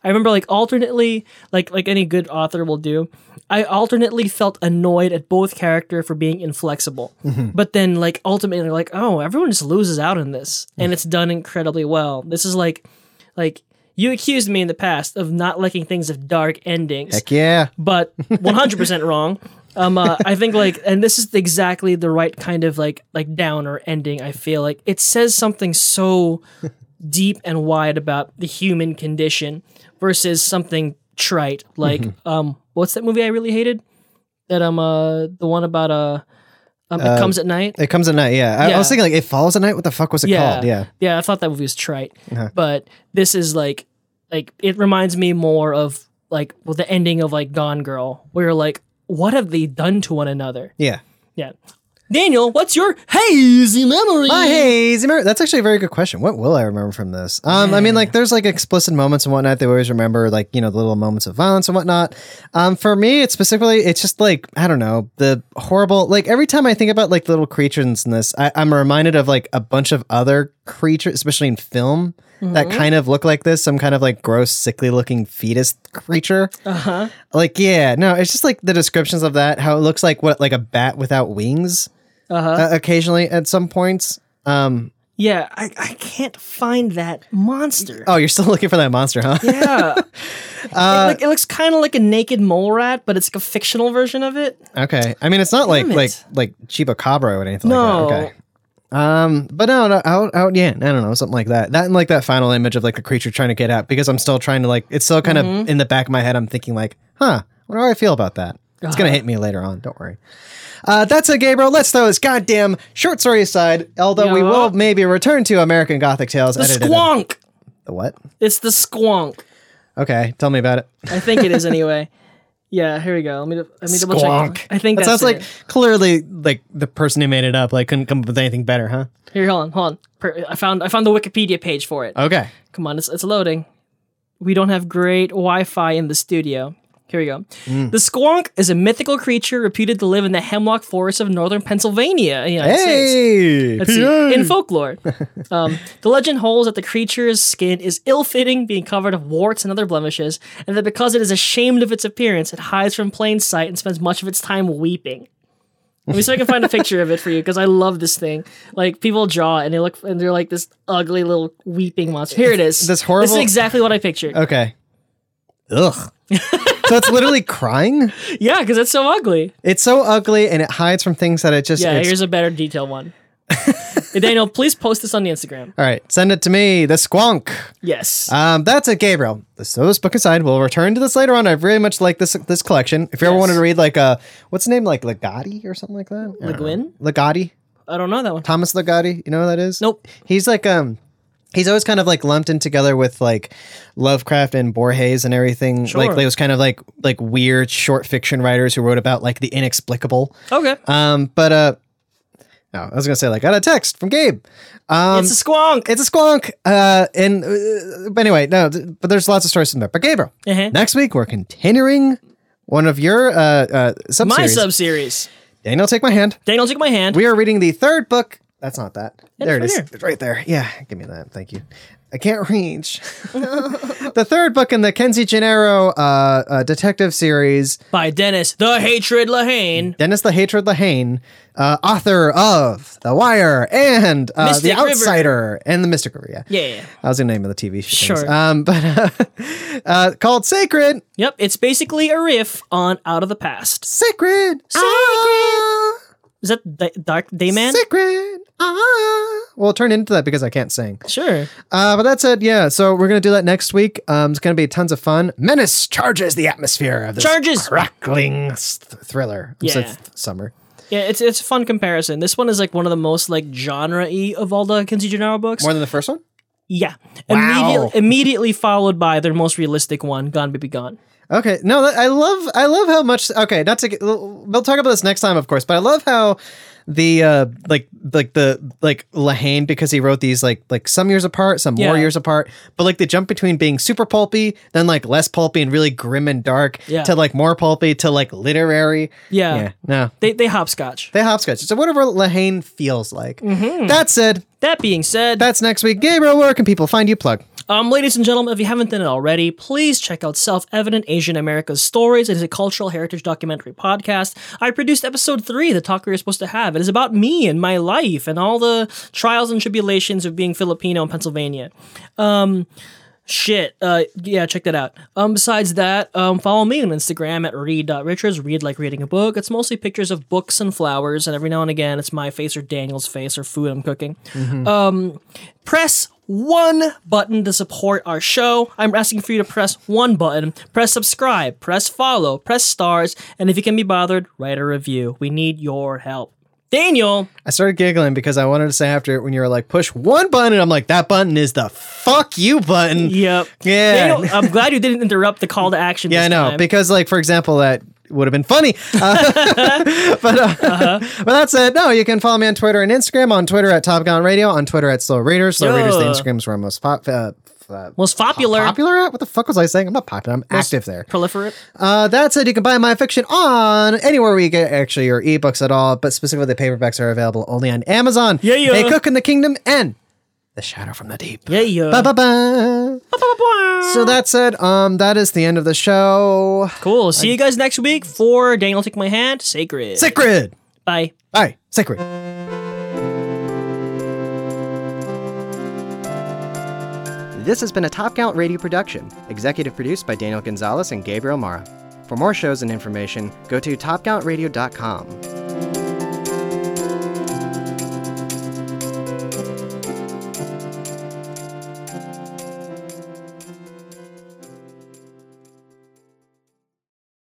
Speaker 2: I remember like alternately, like like any good author will do, I alternately felt annoyed at both character for being inflexible. But then like ultimately like, oh, everyone just loses out in this. And it's done incredibly well. This is like like you accused me in the past of not liking things of dark endings
Speaker 1: Heck yeah.
Speaker 2: but 100% wrong. Um, uh, I think like, and this is exactly the right kind of like like downer ending. I feel like it says something so deep and wide about the human condition versus something trite like um, what's that movie I really hated? That um uh the one about uh um, it comes at night.
Speaker 1: It comes at night, yeah. I, I was
Speaker 2: Yeah.
Speaker 1: thinking, like, it falls at night? What the fuck was it
Speaker 2: Yeah.
Speaker 1: called? Yeah.
Speaker 2: Yeah, I thought that movie was trite. But this is like like it reminds me more of like well, the ending of like Gone Girl, where you're like, what have they done to one another?
Speaker 1: Yeah.
Speaker 2: Yeah. Daniel, what's your hazy memory?
Speaker 1: My hazy memory. Ah, That's actually a very good question. What will I remember from this? Um, I mean, like, there's like explicit moments and whatnot. They always remember, like, you know, the little moments of violence and whatnot. Um, for me, it's specifically, it's just like, I don't know, the horrible, like, every time I think about like the little creatures in this, I, I'm reminded of like a bunch of other creatures, especially in film, that kind of look like this some kind of like gross, sickly looking fetus creature.
Speaker 2: Uh-huh.
Speaker 1: Like, yeah, no, it's just like the descriptions of that, how it looks like what, like a bat without wings
Speaker 2: Uh-huh.
Speaker 1: uh, occasionally at some points. Um,
Speaker 2: Yeah, I, I can't find that monster.
Speaker 1: Oh, you're still looking for that monster, huh?
Speaker 2: yeah. Uh, it, look, it looks kind of like a naked mole rat, but it's like a fictional version of it.
Speaker 1: okay. I mean, it's not like
Speaker 2: Damn it.
Speaker 1: like like Chupacabra or anything
Speaker 2: No.
Speaker 1: like that. Okay. Um, but no, no, out, out, yeah, I don't know, something like that. That and like that final image of like the creature trying to get out because I'm still trying to like, it's still kind
Speaker 2: Mm-hmm.
Speaker 1: of in the back of my head. I'm thinking like, huh, what do I feel about that? It's gonna hit me later on. Don't worry. Uh, that's it, Gabriel. Let's throw this goddamn short story aside. Although we
Speaker 2: Yeah.
Speaker 1: will maybe return to American Gothic Tales.
Speaker 2: The
Speaker 1: edited in-
Speaker 2: squonk.
Speaker 1: The what?
Speaker 2: It's the squonk.
Speaker 1: Okay, tell me about it.
Speaker 2: I think it is anyway. Yeah, here we go. Let me, let me double check. I think
Speaker 1: that
Speaker 2: that's
Speaker 1: sounds
Speaker 2: it.
Speaker 1: like clearly like the person who made it up like couldn't come up with anything better, huh?
Speaker 2: Here, hold on, hold on. Per- I found I found the Wikipedia page for it.
Speaker 1: Okay.
Speaker 2: Come on, it's, it's loading. We don't have great Wi-Fi in the studio. Here we go. The squonk is a mythical creature reputed to live in the hemlock forests of northern Pennsylvania. in the United States.
Speaker 1: Hey,
Speaker 2: Let's see.
Speaker 1: PA.
Speaker 2: In folklore, um, the legend holds that the creature's skin is ill-fitting, being covered of warts and other blemishes, and that because it is ashamed of its appearance, it hides from plain sight and spends much of its time weeping. Let me see if I can find a picture of it for you because I love this thing. Like people draw and they look and they're like this ugly little weeping monster. Here it is.
Speaker 1: This horrible-
Speaker 2: This is exactly what I pictured.
Speaker 1: okay. Ugh. so it's literally crying.
Speaker 2: yeah, because it's so ugly.
Speaker 1: It's so ugly, and it hides from things that it just.
Speaker 2: Yeah,
Speaker 1: it's-
Speaker 2: here's a better detail one. Daniel, please post this on the Instagram.
Speaker 1: all right, send it to me. The squonk.
Speaker 2: Yes.
Speaker 1: Um, that's it, Gabriel. So this book aside, we'll return to this later on. I very much like this this collection. If you ever
Speaker 2: Yes.
Speaker 1: wanted to read like a what's the name like Legati or something like that, I don't know.
Speaker 2: Gwyn?
Speaker 1: Legati,
Speaker 2: I don't know that one.
Speaker 1: Thomas Legati. You know who that is?
Speaker 2: Nope.
Speaker 1: He's like um he's always kind of like lumped in together with like Lovecraft and Borges and everything. Like
Speaker 2: Sure.
Speaker 1: those kind of like like weird short fiction writers who wrote about like the inexplicable.
Speaker 2: Okay.
Speaker 1: Um but uh no, I was gonna say like I got a text from Gabe. Um
Speaker 2: it's a squonk.
Speaker 1: it's a squonk. Uh, and uh, but anyway, no, th- but there's lots of stories in there. But Gabriel,
Speaker 2: Uh-huh.
Speaker 1: next week we're continuing one of your uh, uh sub
Speaker 2: My
Speaker 1: series.
Speaker 2: sub series.
Speaker 1: Daniel, take my hand.
Speaker 2: Daniel, take my hand.
Speaker 1: We are reading the third book. That's not that. there it
Speaker 2: it's
Speaker 1: is.
Speaker 2: right
Speaker 1: It's right there. Yeah, give me that. Thank you. I can't reach. the third book in the Kenzie Gennaro uh, uh, detective series,
Speaker 2: by Dennis the Hatred Lahane.
Speaker 1: Dennis the Hatred Lehane, uh, author of The Wire and uh, The
Speaker 2: Mystic River.
Speaker 1: Outsider and The Mystic River. Yeah.
Speaker 2: Yeah.
Speaker 1: That was the name of the TV show. things.
Speaker 2: Sure.
Speaker 1: Um, but uh, uh, called Sacred.
Speaker 2: Yep. It's basically a riff on Out of the Past.
Speaker 1: Sacred. Sacred.
Speaker 2: Is that D- Dark Dayman?
Speaker 1: Sacred. Ah. Well, turn into that because I can't sing.
Speaker 2: Sure.
Speaker 1: Uh, but that's it. Yeah. So we're gonna do that next week. Um, it's gonna be tons of fun. Menace charges the atmosphere of this
Speaker 2: Charges.
Speaker 1: crackling s- th- thriller. I'm so
Speaker 2: Yeah.
Speaker 1: th- summer.
Speaker 2: Yeah, it's it's a fun comparison. This one is like one of the most like genre-y of all the Kinsey Gennaro books.
Speaker 1: More than the first one.
Speaker 2: yeah.
Speaker 1: Wow.
Speaker 2: Immediately, immediately followed by their most realistic one, Gone Baby Gone.
Speaker 1: Okay, no, that, I love, I love how much. Okay, not to, get, we'll talk about this next time, of course, but I love how the uh like like the like Lahane because he wrote these like like some years apart, some more
Speaker 2: Yeah.
Speaker 1: years apart, but like the jump between being super pulpy, then like less pulpy and really grim and dark,
Speaker 2: Yeah.
Speaker 1: to like more pulpy to like literary.
Speaker 2: Yeah.
Speaker 1: yeah, no,
Speaker 2: They they hopscotch.
Speaker 1: they hopscotch. So whatever Lahane feels like. That said,
Speaker 2: That being said,
Speaker 1: that's next week. Gabriel, where can people find you? Plug.
Speaker 2: Um, ladies and gentlemen, if you haven't done it already, please check out Self Evident Asian America's Stories. It is a cultural heritage documentary podcast. I produced episode three, The Talk We We're Supposed to Have. It is about me and my life and all the trials and tribulations of being Filipino in Pennsylvania. Um, shit. Uh, yeah, check that out. Um, besides that, um, follow me on Instagram at read.richards. Read like reading a book. It's mostly pictures of books and flowers, and every now and again, it's my face or Daniel's face or food I'm cooking. Um, press one button to support our show. I'm asking for you to press one button. Press subscribe. Press follow. Press stars. And if you can be bothered, write a review. We need your help. Daniel,
Speaker 1: I started giggling because I wanted to say after it when you were like, push one button. And I'm like, that button is the fuck you button.
Speaker 2: Yep.
Speaker 1: Yeah.
Speaker 2: Daniel, I'm glad you didn't interrupt the call to action.
Speaker 1: yeah, I
Speaker 2: this
Speaker 1: know.
Speaker 2: time.
Speaker 1: Because, like, for example, that would have been funny. Uh, but, uh, but that's it. No, you can follow me on Twitter and Instagram. On Twitter at Top Gun Radio. On Twitter at Slow Readers. Slow Readers, the
Speaker 2: Yeah.
Speaker 1: Instagram's where I'm most pop, uh, uh,
Speaker 2: most popular,
Speaker 1: popular at. What the fuck was I saying? I'm not popular. I'm active there.
Speaker 2: proliferate.
Speaker 1: Uh, that said, you can buy my fiction on anywhere where you get actually your ebooks at all, but specifically the paperbacks are available only on Amazon.
Speaker 2: Yeah, yeah.
Speaker 1: They cook in the kingdom and the shadow from the deep.
Speaker 2: Yeah, yeah.
Speaker 1: Ba, ba, ba. So that said, um, that is the end of the show.
Speaker 2: Cool. See you guys next week for Daniel Take My Hand, Sacred.
Speaker 1: Sacred.
Speaker 2: Bye.
Speaker 1: All right, sacred. This has been a Top Gallant Radio production, executive produced by Daniel Gonzalez and Gabriel Mara. For more shows and information, go to topgallantradio.com.